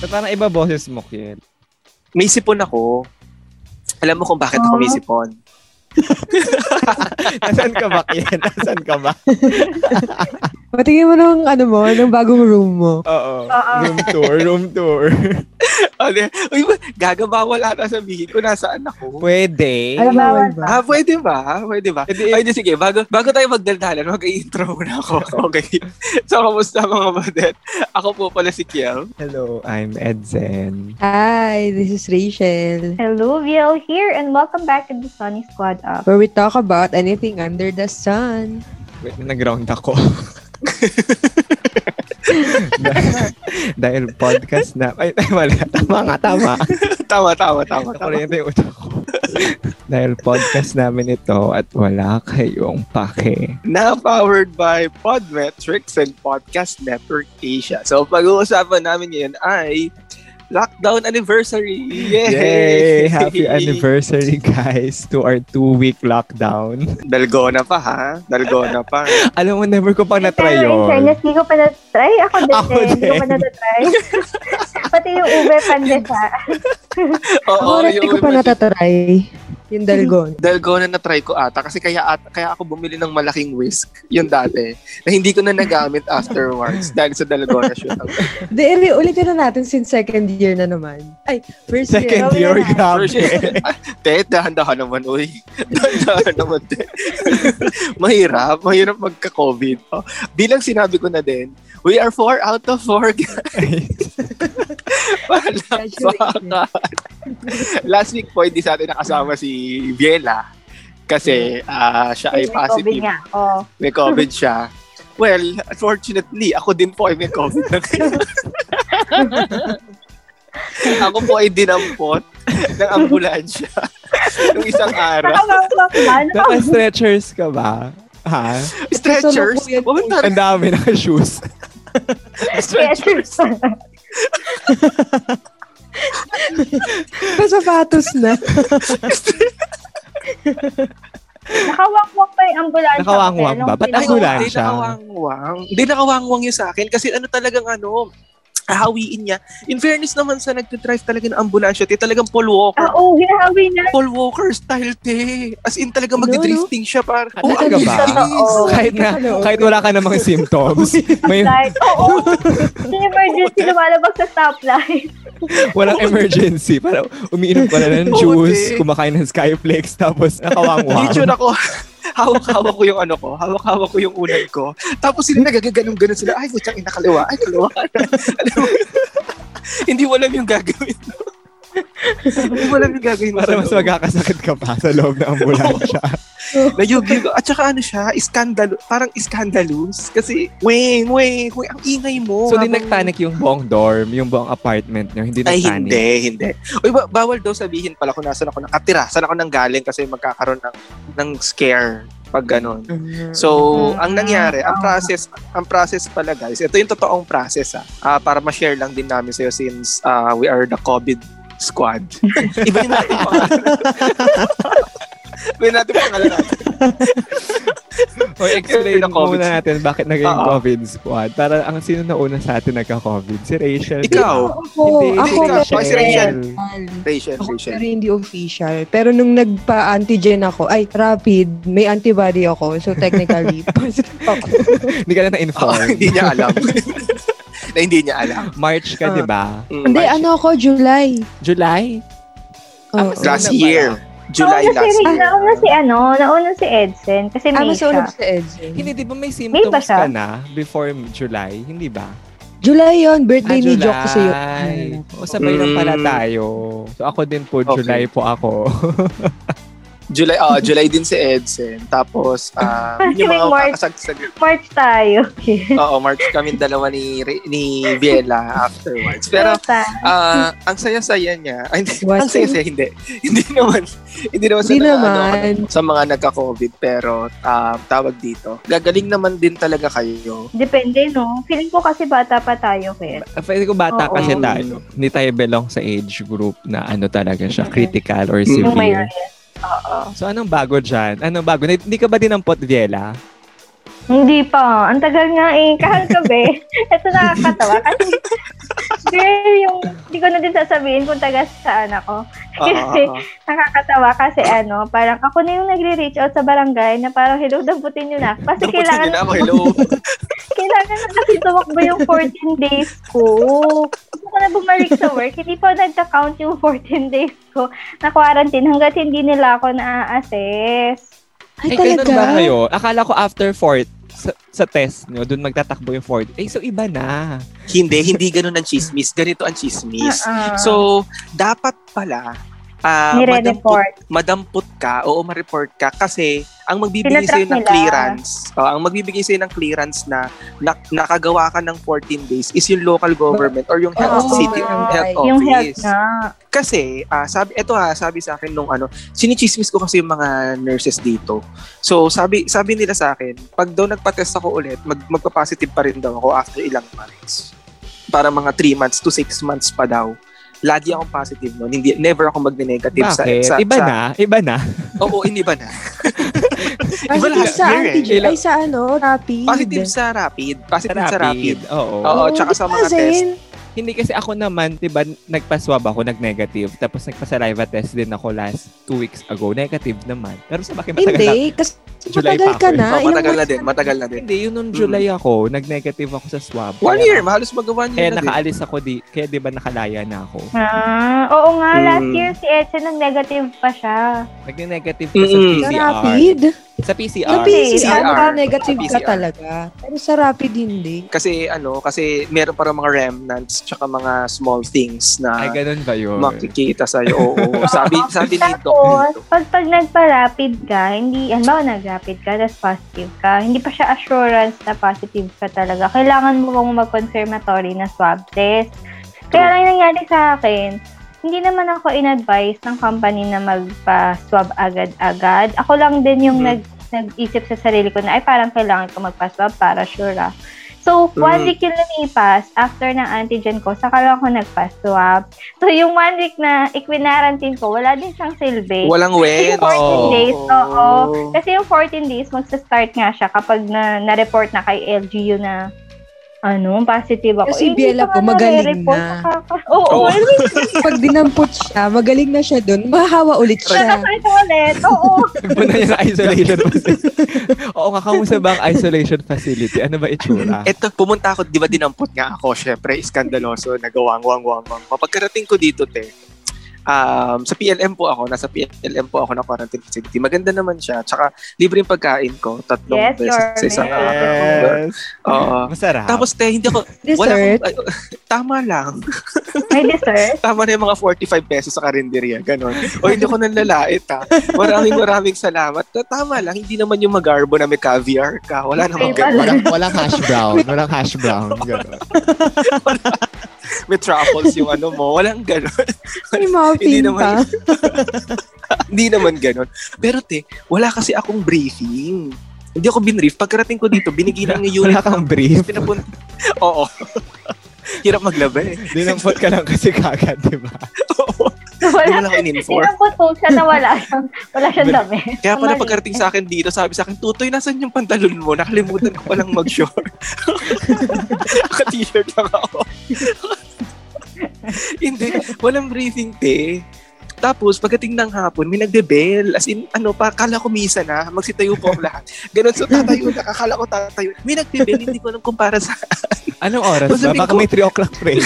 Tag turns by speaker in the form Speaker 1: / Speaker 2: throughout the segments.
Speaker 1: So, parang iba boses mo, Kiel.
Speaker 2: may sipon ako. Alam mo kung bakit ako
Speaker 1: Ah.
Speaker 2: may sipon?
Speaker 1: Nasaan ka ba, Kiel? Nasaan ka ba?
Speaker 3: Patingin mo nung ano mo, nung bagong room mo.
Speaker 1: Oo. Room tour, room tour.
Speaker 2: Ano? Uy, ba- gaga ba wala na sabihin ko nasaan ako?
Speaker 1: Pwede.
Speaker 3: Ay, bawal ba?
Speaker 2: Ah, pwede ba? Pwede ba?
Speaker 1: Hindi,
Speaker 2: Ay, di, sige, bago, bago tayo magdaldalan, mag-intro na ako. Okay. so, kamusta mga badet? Ako po pala si Kiel.
Speaker 1: hello, I'm Edzen.
Speaker 3: Hi, this is Rachel.
Speaker 4: Hello, VL here, and welcome back to the Sunny Squad Up.
Speaker 3: Where we talk about anything under the sun.
Speaker 1: Wait, nag-round ako. dahil, dahil podcast na. Ay, ay, wala. Tama nga, tama.
Speaker 2: Tama, tama, tama, tama.
Speaker 1: Nakuryente yung utak ko. dahil podcast namin ito at wala kayong pake.
Speaker 2: na powered by Podmetrics and Podcast Network Asia. So, pag-uusapan namin ngayon ay Lockdown Anniversary!
Speaker 1: Yay!
Speaker 2: Yay!
Speaker 1: Happy anniversary, guys, to our two-week lockdown.
Speaker 2: Dalgona pa, ha? Dalgona pa.
Speaker 1: Alam mo, never ko pang
Speaker 4: Pero
Speaker 1: na-try
Speaker 4: in
Speaker 1: yun.
Speaker 4: fairness, hindi ko pa na-try. Ako din,
Speaker 1: Ako
Speaker 4: eh, hindi ko
Speaker 1: din.
Speaker 4: pa na-try. Pati yung ube pandesa.
Speaker 3: Ako rin, hindi ko pa natatry. Yung dalgon.
Speaker 2: Dalgona na try ko ata kasi kaya at, kaya ako bumili ng malaking whisk yun dati na hindi ko na nagamit afterwards dahil sa Dalgona shoot.
Speaker 3: Hindi, eh, ulitin na natin since second year na naman. Ay, first year.
Speaker 1: Second
Speaker 4: Wala
Speaker 1: year,
Speaker 4: na.
Speaker 2: First
Speaker 1: grabe.
Speaker 2: year. Te, dahan-dahan naman, uy. Dahan-dahan naman, te. mahirap. Mahirap magka-COVID. Oh, bilang sinabi ko na din, we are four out of four, guys. Palakpakan. Last week po, hindi sa atin nakasama si Viela. Kasi ah, siya ay
Speaker 4: May COVID
Speaker 2: positive.
Speaker 4: nga. Oh.
Speaker 2: May COVID siya. Well, unfortunately, ako din po ay may COVID na ngayon. ako po ay dinampot ng ambulansya nung isang araw.
Speaker 4: Nakabawang Oh,
Speaker 1: Naka-stretchers ka ba? Ha?
Speaker 2: Stretchers.
Speaker 3: Ito,
Speaker 2: Woman,
Speaker 1: Ang dami naka-shoes.
Speaker 2: stretchers.
Speaker 3: Pasapatos na.
Speaker 4: Nakawangwang pa yung ambulansya.
Speaker 1: Nakawangwang ba? Ba't
Speaker 2: Ay, oo,
Speaker 1: Ambulansya.
Speaker 2: Hindi nakawangwang. Hindi nakawangwang yun sa akin kasi ano talagang ano, hahawiin niya. In fairness naman sa nagtidrive talaga ng ambulansya, te, talagang Paul Walker.
Speaker 4: Ah, oh, hinahawi na.
Speaker 2: Paul Walker style, te. As in talaga
Speaker 3: Ano,
Speaker 2: magdi-drifting siya oh, para.
Speaker 1: Ano ka ba?
Speaker 4: Totoo.
Speaker 1: Kahit na, kahit wala ka namang symptoms, may
Speaker 4: Like, oo. Yung emergency lumalabag sa stoplight.
Speaker 1: walang emergency. Parang umiinom ka na ng
Speaker 2: Oo,
Speaker 1: juice,
Speaker 2: te.
Speaker 1: kumakain ng Skyflex, tapos nakawangwang.
Speaker 2: Teacher ako, hawak-hawak ko yung ano ko, hawak-hawak ko yung unan ko. Tapos sila nagagaganong-ganon sila, ay, putang ina kaliwa, ay, kaliwa. Alam mo, hindi mo alam yung gagawin mo. hindi mo alam yung gagawin mo.
Speaker 1: Para
Speaker 2: sa
Speaker 1: mas
Speaker 2: loob.
Speaker 1: magkakasakit ka pa sa loob ng ambulansya.
Speaker 2: Nayugi ko. At saka ano siya, iskandalo, parang iskandalous. Kasi, weng, weng, weng, ang ingay mo.
Speaker 1: so, di
Speaker 2: habang-
Speaker 1: nagtanik yung buong dorm, yung buong apartment nyo. Hindi
Speaker 2: Ay,
Speaker 1: nagtanik.
Speaker 2: hindi, hindi. Uy, ba- bawal daw sabihin pala kung nasan ako nakatira, saan ako nanggaling kasi magkakaroon ng, ng scare pag ganon. So, ang nangyari, ang process, ang process pala guys, ito yung totoong process ah, Ah, para ma-share lang din namin sa'yo since ah, we are the COVID squad. Iba yung natin pangalan. Iba yung natin pangalan natin.
Speaker 1: O, explain
Speaker 2: Yung COVID
Speaker 1: muna natin bakit naging
Speaker 2: Oo.
Speaker 1: COVID squad. Para ang sino na una sa atin nagka-COVID? Si Rachel. di
Speaker 2: Ikaw.
Speaker 1: ba?
Speaker 3: Ako,
Speaker 1: Hindi,
Speaker 3: ako
Speaker 1: hindi,
Speaker 2: ikaw. Si Rachel. Rachel,
Speaker 3: Ako pero
Speaker 2: Rachel.
Speaker 3: hindi official. Pero nung nagpa-antigen ako, ay, rapid, may antibody ako. So, technically, positive ako.
Speaker 1: Hindi ka na
Speaker 2: Oo,
Speaker 1: na-inform.
Speaker 2: hindi niya alam. na hindi niya alam.
Speaker 1: March ka,
Speaker 3: Ah.
Speaker 1: di ba?
Speaker 2: Mm.
Speaker 3: Hindi, ano ako, July.
Speaker 1: July?
Speaker 3: Oo.
Speaker 1: mas
Speaker 2: Last
Speaker 1: Ano ba?
Speaker 2: year. July
Speaker 4: nauna
Speaker 2: last
Speaker 4: si,
Speaker 2: year.
Speaker 4: Nauna si ano, nauna si Edson. Kasi
Speaker 3: Ah,
Speaker 4: may
Speaker 3: mas
Speaker 4: siya.
Speaker 3: ulog sa Edson.
Speaker 1: Hindi, di ba may symptoms
Speaker 4: ba siya?
Speaker 1: ka na before July? Hindi ba?
Speaker 3: July yon birthday
Speaker 1: Ah,
Speaker 3: ni Jock kasi yun.
Speaker 1: July. O, sabay lang
Speaker 2: Mm.
Speaker 1: pala tayo. So, ako din po,
Speaker 2: Okay.
Speaker 1: July po ako.
Speaker 2: July, ah July din si Edson. Tapos, ah, yun yung mga
Speaker 4: Parang March.
Speaker 2: kakasagsag
Speaker 4: March tayo.
Speaker 2: Oo, March kami dalawa ni Re- ni Biela afterwards. Pero
Speaker 4: tayo.
Speaker 2: ah, ang saya-saya niya. Ay, hindi, ang
Speaker 3: What?
Speaker 2: saya-saya hindi. Hindi naman hindi naman sa
Speaker 3: Hindi
Speaker 2: na-
Speaker 3: naman.
Speaker 2: ano, sa mga nagka-COVID pero ah, tawag dito. Gagaling naman din talaga kayo.
Speaker 4: Depende, no? Feeling ko kasi bata pa tayo, Ken.
Speaker 1: Feeling ko bata
Speaker 4: Oo.
Speaker 1: kasi tayo. Hindi tayo belong sa age group na ano talaga siya,
Speaker 4: Mm-mm.
Speaker 1: critical or
Speaker 2: Mm-mm.
Speaker 4: Nung may
Speaker 1: severe.
Speaker 4: Oo.
Speaker 1: So anong bago dyan? Anong bago? Na- Hindi ka ba din ng Potviela?
Speaker 4: Hindi pa. Ang tagal nga eh. Kahang gabi. Ito nakakatawa. Kasi, girl, yung hindi ko na din sasabihin kung taga saan ako.
Speaker 2: Oo,
Speaker 4: Kasi,
Speaker 2: oo.
Speaker 4: nakakatawa kasi ano, parang ako na yung nagre-reach out sa barangay na parang, hello, damputin nyo na. Kasi
Speaker 2: Dapat
Speaker 4: kailangan,
Speaker 2: yun ano na ako, hello.
Speaker 4: kailangan na kasi tumakbo yung 14 days ko. Gusto ko na bumalik sa work. Hindi pa nagka-count yung 14 days ko na quarantine hanggat hindi nila ako na-assess.
Speaker 3: Ay,
Speaker 1: ganun
Speaker 3: talaga?
Speaker 1: ba kayo? Akala ko after fourth, sa, sa test nyo, dun magtatakbo yung fourth. Eh, so iba na.
Speaker 2: hindi, hindi ganun ang chismis. Ganito ang chismis.
Speaker 4: Ah, ah.
Speaker 2: So, dapat pala ah, madampot
Speaker 4: nire-report.
Speaker 2: madampot ka, oo, ma-report ka kasi ang magbibigay sa'yo
Speaker 4: Tinatrack
Speaker 2: ng
Speaker 4: nila.
Speaker 2: clearance, oh, ang magbibigay sa'yo ng clearance na, na nakagawa ka ng 14 days is yung local government or yung health
Speaker 3: Oo,
Speaker 2: city
Speaker 3: oo,
Speaker 2: health office.
Speaker 4: Yung health na.
Speaker 2: Kasi, ah, sabi, eto ha, sabi sa akin nung ano, sinichismis ko kasi yung mga nurses dito. So, sabi sabi nila sa akin, pag daw nagpa-test ako ulit, mag, magpa-positive pa rin daw ako after ilang months. Para mga 3 months to 6 months pa daw. Lagi akong positive noon. Hindi, never ako magne-negative sa,
Speaker 1: Bakit?
Speaker 2: sa,
Speaker 1: iba
Speaker 2: sa-
Speaker 1: na. Iba na.
Speaker 2: Oo, iniba na.
Speaker 3: Ay,
Speaker 2: Wala,
Speaker 3: sa
Speaker 2: here eh.
Speaker 3: antigen. Ay, sa ano? Rapid.
Speaker 2: Positive sa rapid. Positive sa rapid.
Speaker 1: Oo.
Speaker 2: Oo, tsaka sa mga test.
Speaker 1: Hindi kasi ako naman, di ba, nagpa-swab ako, nag-negative. Tapos nagpa-saliva test din ako last two weeks ago. Negative naman. Pero sa bakit matagal na?
Speaker 3: Hindi, kasi
Speaker 1: July
Speaker 3: matagal
Speaker 1: pa
Speaker 3: ka
Speaker 1: ako eh.
Speaker 3: na.
Speaker 2: Oh,
Speaker 3: Ah, Ilang
Speaker 2: matagal na
Speaker 3: months
Speaker 2: din, matagal na din.
Speaker 1: Hindi, yun nung July ako, nag-negative ako sa swab.
Speaker 2: Mm. One
Speaker 1: Kaya-
Speaker 2: year, mahalos mag-one
Speaker 1: Kaya
Speaker 2: year na din.
Speaker 1: nakaalis ako di, kaya di ba nakalaya na ako.
Speaker 4: Ah, oo nga, last
Speaker 2: Mm.
Speaker 4: year si Edson nang negative pa siya.
Speaker 1: Nag-negative ka sa
Speaker 2: Mm-mm.
Speaker 3: Sa
Speaker 1: PCR.
Speaker 3: rapid?
Speaker 1: Sa PCR.
Speaker 3: Sa PCR,
Speaker 2: PCR.
Speaker 3: ka negative ka
Speaker 2: PCR.
Speaker 3: talaga. Pero sa rapid, hindi.
Speaker 2: Kasi ano, kasi meron para mga remnants tsaka mga small things
Speaker 1: Ay,
Speaker 2: na
Speaker 1: ganun ba yun?
Speaker 2: makikita sa iyo. Oo, sabi sabi ano ni
Speaker 4: Tapos,
Speaker 2: Doc.
Speaker 4: pag, pag nagpa-rapid ka, hindi, halimbawa nag-rapid ka, tapos positive ka, hindi pa siya assurance na positive ka talaga. Kailangan mo pang mag-confirmatory na swab test. Kaya lang yung nangyari sa akin, hindi naman ako in-advise ng company na magpa-swab agad-agad. Ako lang din yung
Speaker 2: Mhm.
Speaker 4: nag nag-isip sa sarili ko na ay parang kailangan ko magpa-swab para sure ah. So,
Speaker 2: Mhm.
Speaker 4: one week yung lumipas after ng antigen ko, saka lang ako nagpa-swab. So, yung one week na ikinarantin ko, wala din siyang silbi.
Speaker 2: Walang
Speaker 4: Yung
Speaker 2: wens.
Speaker 4: 14 days, oo. Kasi yung 14 days, magsa-start nga siya kapag na, na-report na kay LGU na ano, positive ako.
Speaker 3: Kasi
Speaker 4: Eh, hindi
Speaker 3: Biela
Speaker 4: pa
Speaker 3: po,
Speaker 4: nga
Speaker 3: magaling
Speaker 4: nare-report.
Speaker 3: na.
Speaker 4: Nakaka- Oo,
Speaker 2: Oo.
Speaker 4: alam mo yun,
Speaker 3: Pag dinampot siya, magaling na siya doon, mahahawa ulit siya.
Speaker 4: nakasalita ulit. Oo.
Speaker 1: Nagpunta niya sa isolation facility. Oo, kakamusta ba ang isolation facility? Ano ba itsura?
Speaker 2: Eto, pumunta ako, di ba dinampot nga ako, syempre, iskandaloso, nagawang-wang-wang-wang. Pagkarating ko dito, te, um, sa PLM po ako, nasa PLM po ako na quarantine facility. Maganda naman siya. Tsaka, libre yung pagkain ko, tatlong
Speaker 4: Yes,
Speaker 2: beses sa
Speaker 4: you're
Speaker 2: isang
Speaker 4: right.
Speaker 2: araw. Oo.
Speaker 1: Masarap.
Speaker 2: Tapos, te, hindi ako, wala
Speaker 3: Dessert.
Speaker 2: akong, ay, tama lang.
Speaker 4: May dessert.
Speaker 2: Tama na yung mga 45 pesos sa karinderya, ganon. O hindi ko nanlalait ha. Maraming maraming salamat. Ta- Tama lang, hindi naman yung magarbo na may caviar ka. Wala namang
Speaker 4: Ay,
Speaker 2: ganun.
Speaker 5: Walang, walang hash brown. Walang hash brown. Ganun.
Speaker 2: May truffles yung ano mo. Walang ganon.
Speaker 3: May muffin
Speaker 2: Hindi naman.
Speaker 3: pa.
Speaker 2: hindi naman ganon. Pero te, wala kasi akong briefing. Hindi ako binrief. Pagkarating ko dito, binigay lang ng
Speaker 1: wala
Speaker 2: unit.
Speaker 1: kang brief.
Speaker 2: Pinapun- Oo. Hirap eh. maglabi.
Speaker 1: Dinampot ka lang kasi kagad, di ba?
Speaker 2: Oo. Hindi
Speaker 4: Wala.
Speaker 2: wala akong in-inform.
Speaker 4: Sinampot po siya na wala siyang, wala siyang dami.
Speaker 2: Kaya pala
Speaker 4: Mali.
Speaker 2: pagkarating sa akin dito, sabi sa akin, Tutoy, nasan yung pantalon mo? Nakalimutan ko palang mag-short. Naka-t-shirt lang ako. Hindi, walang briefing, te. Tapos, pagdating ng hapon, may nagde-bell. As in, ano pa, kala ko misa na, magsitayo po ang lahat. Ganon, so tatayo na, kakala ko tatayo. May nagde-bell, hindi ko alam kung para sa...
Speaker 1: Anong oras ba?
Speaker 2: Sabi
Speaker 1: Baka
Speaker 2: ko-
Speaker 1: may 3 o'clock prayer.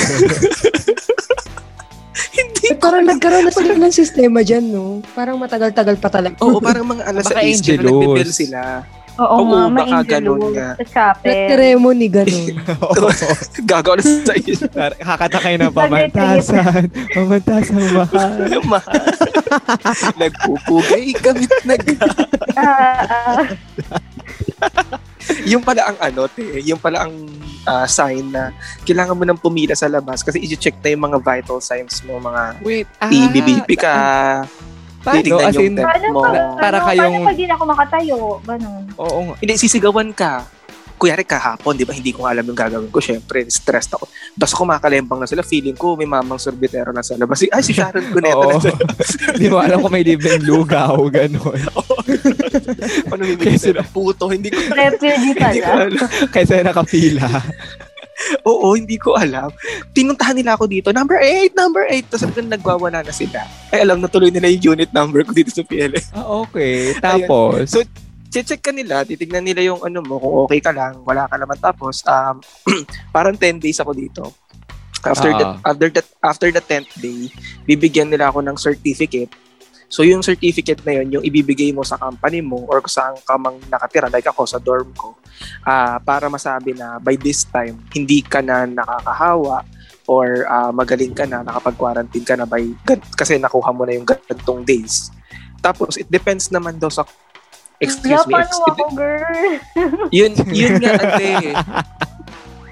Speaker 2: hindi.
Speaker 3: Parang nagkaroon na sila ng
Speaker 2: Oh,
Speaker 3: sistema dyan, no? Parang matagal-tagal pa talaga.
Speaker 2: Oo, parang mga alas
Speaker 1: Baka
Speaker 2: 6,
Speaker 1: Angelus.
Speaker 2: nagde-bell sila. Oo,
Speaker 4: Oo, nga, may
Speaker 2: baka ganun
Speaker 4: interlude
Speaker 2: nga.
Speaker 4: Sa chapel.
Speaker 3: ceremony, ganun.
Speaker 2: Gagawa na sa iyo.
Speaker 1: Kakatakay ng
Speaker 4: Pag-retreat.
Speaker 1: pamantasan. Pamantasan mahal.
Speaker 2: Nagpupugay gamit na ga-
Speaker 4: Ah, ah.
Speaker 2: Yung pala ang ano, te, yung pala ang ah, sign na kailangan mo nang pumila sa labas kasi i-check na yung mga vital signs mo, mga
Speaker 1: Wait, ah.
Speaker 2: TBBP ka,
Speaker 1: Paano?
Speaker 2: titignan
Speaker 1: As
Speaker 2: yung
Speaker 1: in,
Speaker 2: temp
Speaker 4: paano
Speaker 2: mo.
Speaker 4: pag,
Speaker 1: Para
Speaker 4: para
Speaker 1: kayong-
Speaker 4: kayong... paano pag di na ako makatayo? Ganun.
Speaker 1: oo nga.
Speaker 2: Hindi, sisigawan ka. Kunyari kahapon, di ba, hindi ko alam yung gagawin ko. Siyempre, stressed ako. Basta kumakalembang na sila, feeling ko may mamang sorbetero na sa labas. Ay, si Sharon Cuneta
Speaker 1: Oo.
Speaker 2: na sila.
Speaker 1: Hindi mo alam kung may libreng lugaw, gano'n.
Speaker 2: Ano bibigyan sila? Puto, hindi ko,
Speaker 4: Refugee
Speaker 2: hindi ko
Speaker 4: pala.
Speaker 2: alam.
Speaker 1: Kaysa nakapila.
Speaker 2: Oo, hindi ko alam. Pinuntahan nila ako dito, number 8, number 8. Tapos sabi ko, nagwawala na sila. Ay, alam, natuloy nila yung unit number ko dito sa PLS.
Speaker 1: Ah, okay. Tapos,
Speaker 2: So, Check ka nila, titignan nila yung ano mo, kung okay ka lang, wala ka naman. Tapos, um, parang 10 days ako dito. After
Speaker 1: Ah.
Speaker 2: that, after that, after the 10th day, bibigyan nila ako ng certificate. So, yung certificate na yun, yung ibibigay mo sa company mo or kung saan ka mang nakatira, like ako sa dorm ko, ah, para masabi na by this time, hindi ka na nakakahawa or ah, magaling ka na, nakapag-quarantine ka na by, gan- kasi nakuha mo na yung gantong days. Tapos, it depends naman daw sa, excuse
Speaker 4: Wala,
Speaker 2: me,
Speaker 4: paano
Speaker 2: ex- it-
Speaker 4: ako, girl?
Speaker 2: yun, yun nga, ante.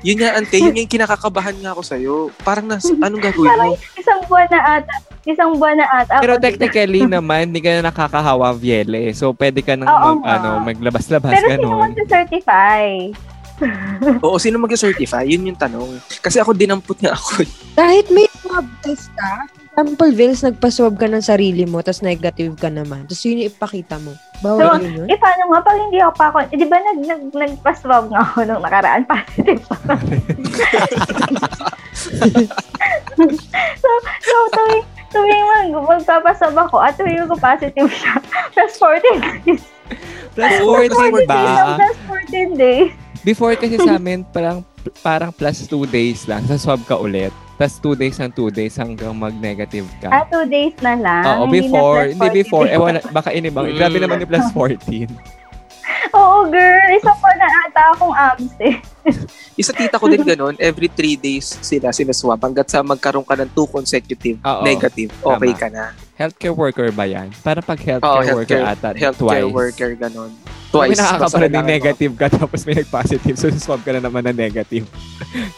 Speaker 2: yun nga, ante. Yun nga yung kinakakabahan nga ako sa'yo. Parang nas, anong gagawin mo?
Speaker 4: Isang buwan na ata. Isang buwan na ata.
Speaker 1: pero
Speaker 4: ako dito.
Speaker 1: technically naman, hindi ka na nakakahawa viele. So, pwede ka nang mag,
Speaker 4: Oo nga.
Speaker 1: ano, maglabas-labas,
Speaker 4: Pero sino
Speaker 1: gano'n.
Speaker 4: mag-certify?
Speaker 1: Hmm?
Speaker 2: Oo, sino mag-certify? Yun yung tanong. Kasi ako, dinampot nga ako.
Speaker 3: Kahit may swab test ka, example, Vils, nagpa-swab ka ng sarili mo, tapos negative ka naman. Tapos yun yung ipakita mo. Bawal
Speaker 4: So,
Speaker 3: yun yun.
Speaker 4: Eh, paano nga pag hindi ako pa ako? Eh, di ba nag, nag, nagpa-swab nga ako nung nakaraan? Positive ako. so, so tuwing, tuwing mag, magpapaswab ako at tuwing magpa-positive siya, plus 14 days.
Speaker 1: Plus
Speaker 2: Oo,
Speaker 1: 14
Speaker 2: kasi
Speaker 1: ba?
Speaker 4: Plus 14 days.
Speaker 1: diba? Before kasi sa amin, parang, parang plus 2 days lang. Sa swab ka ulit. Tapos 2 days ang 2 days hanggang mag-negative
Speaker 4: Ah,
Speaker 1: ka.
Speaker 4: 2 days na lang.
Speaker 1: Oo,
Speaker 4: Hindi na
Speaker 1: before.
Speaker 4: plus
Speaker 1: Hindi
Speaker 4: 14
Speaker 1: before.
Speaker 4: days.
Speaker 1: Ewan, na- baka inibang.
Speaker 2: Mm.
Speaker 1: Grabe naman yung plus 14.
Speaker 4: Oo, girl. Isa pa na ata akong eh. absent.
Speaker 2: Isa tita ko din ganun, every three days sila sinaswab hanggat sa magkaroon ka ng two consecutive
Speaker 1: Ah, Oo.
Speaker 2: negative. Okay
Speaker 1: Tama.
Speaker 2: ka na.
Speaker 1: Healthcare worker ba yan? Parang pag
Speaker 2: Oo,
Speaker 1: healthcare worker ata,
Speaker 2: healthcare
Speaker 1: twice.
Speaker 2: worker, ganun.
Speaker 1: Twice.
Speaker 2: Twice.
Speaker 1: May nakakapala
Speaker 2: Basta
Speaker 1: ng
Speaker 2: kailangan
Speaker 1: negative ka tapos may nag-positive. So, swab ka na naman ng negative.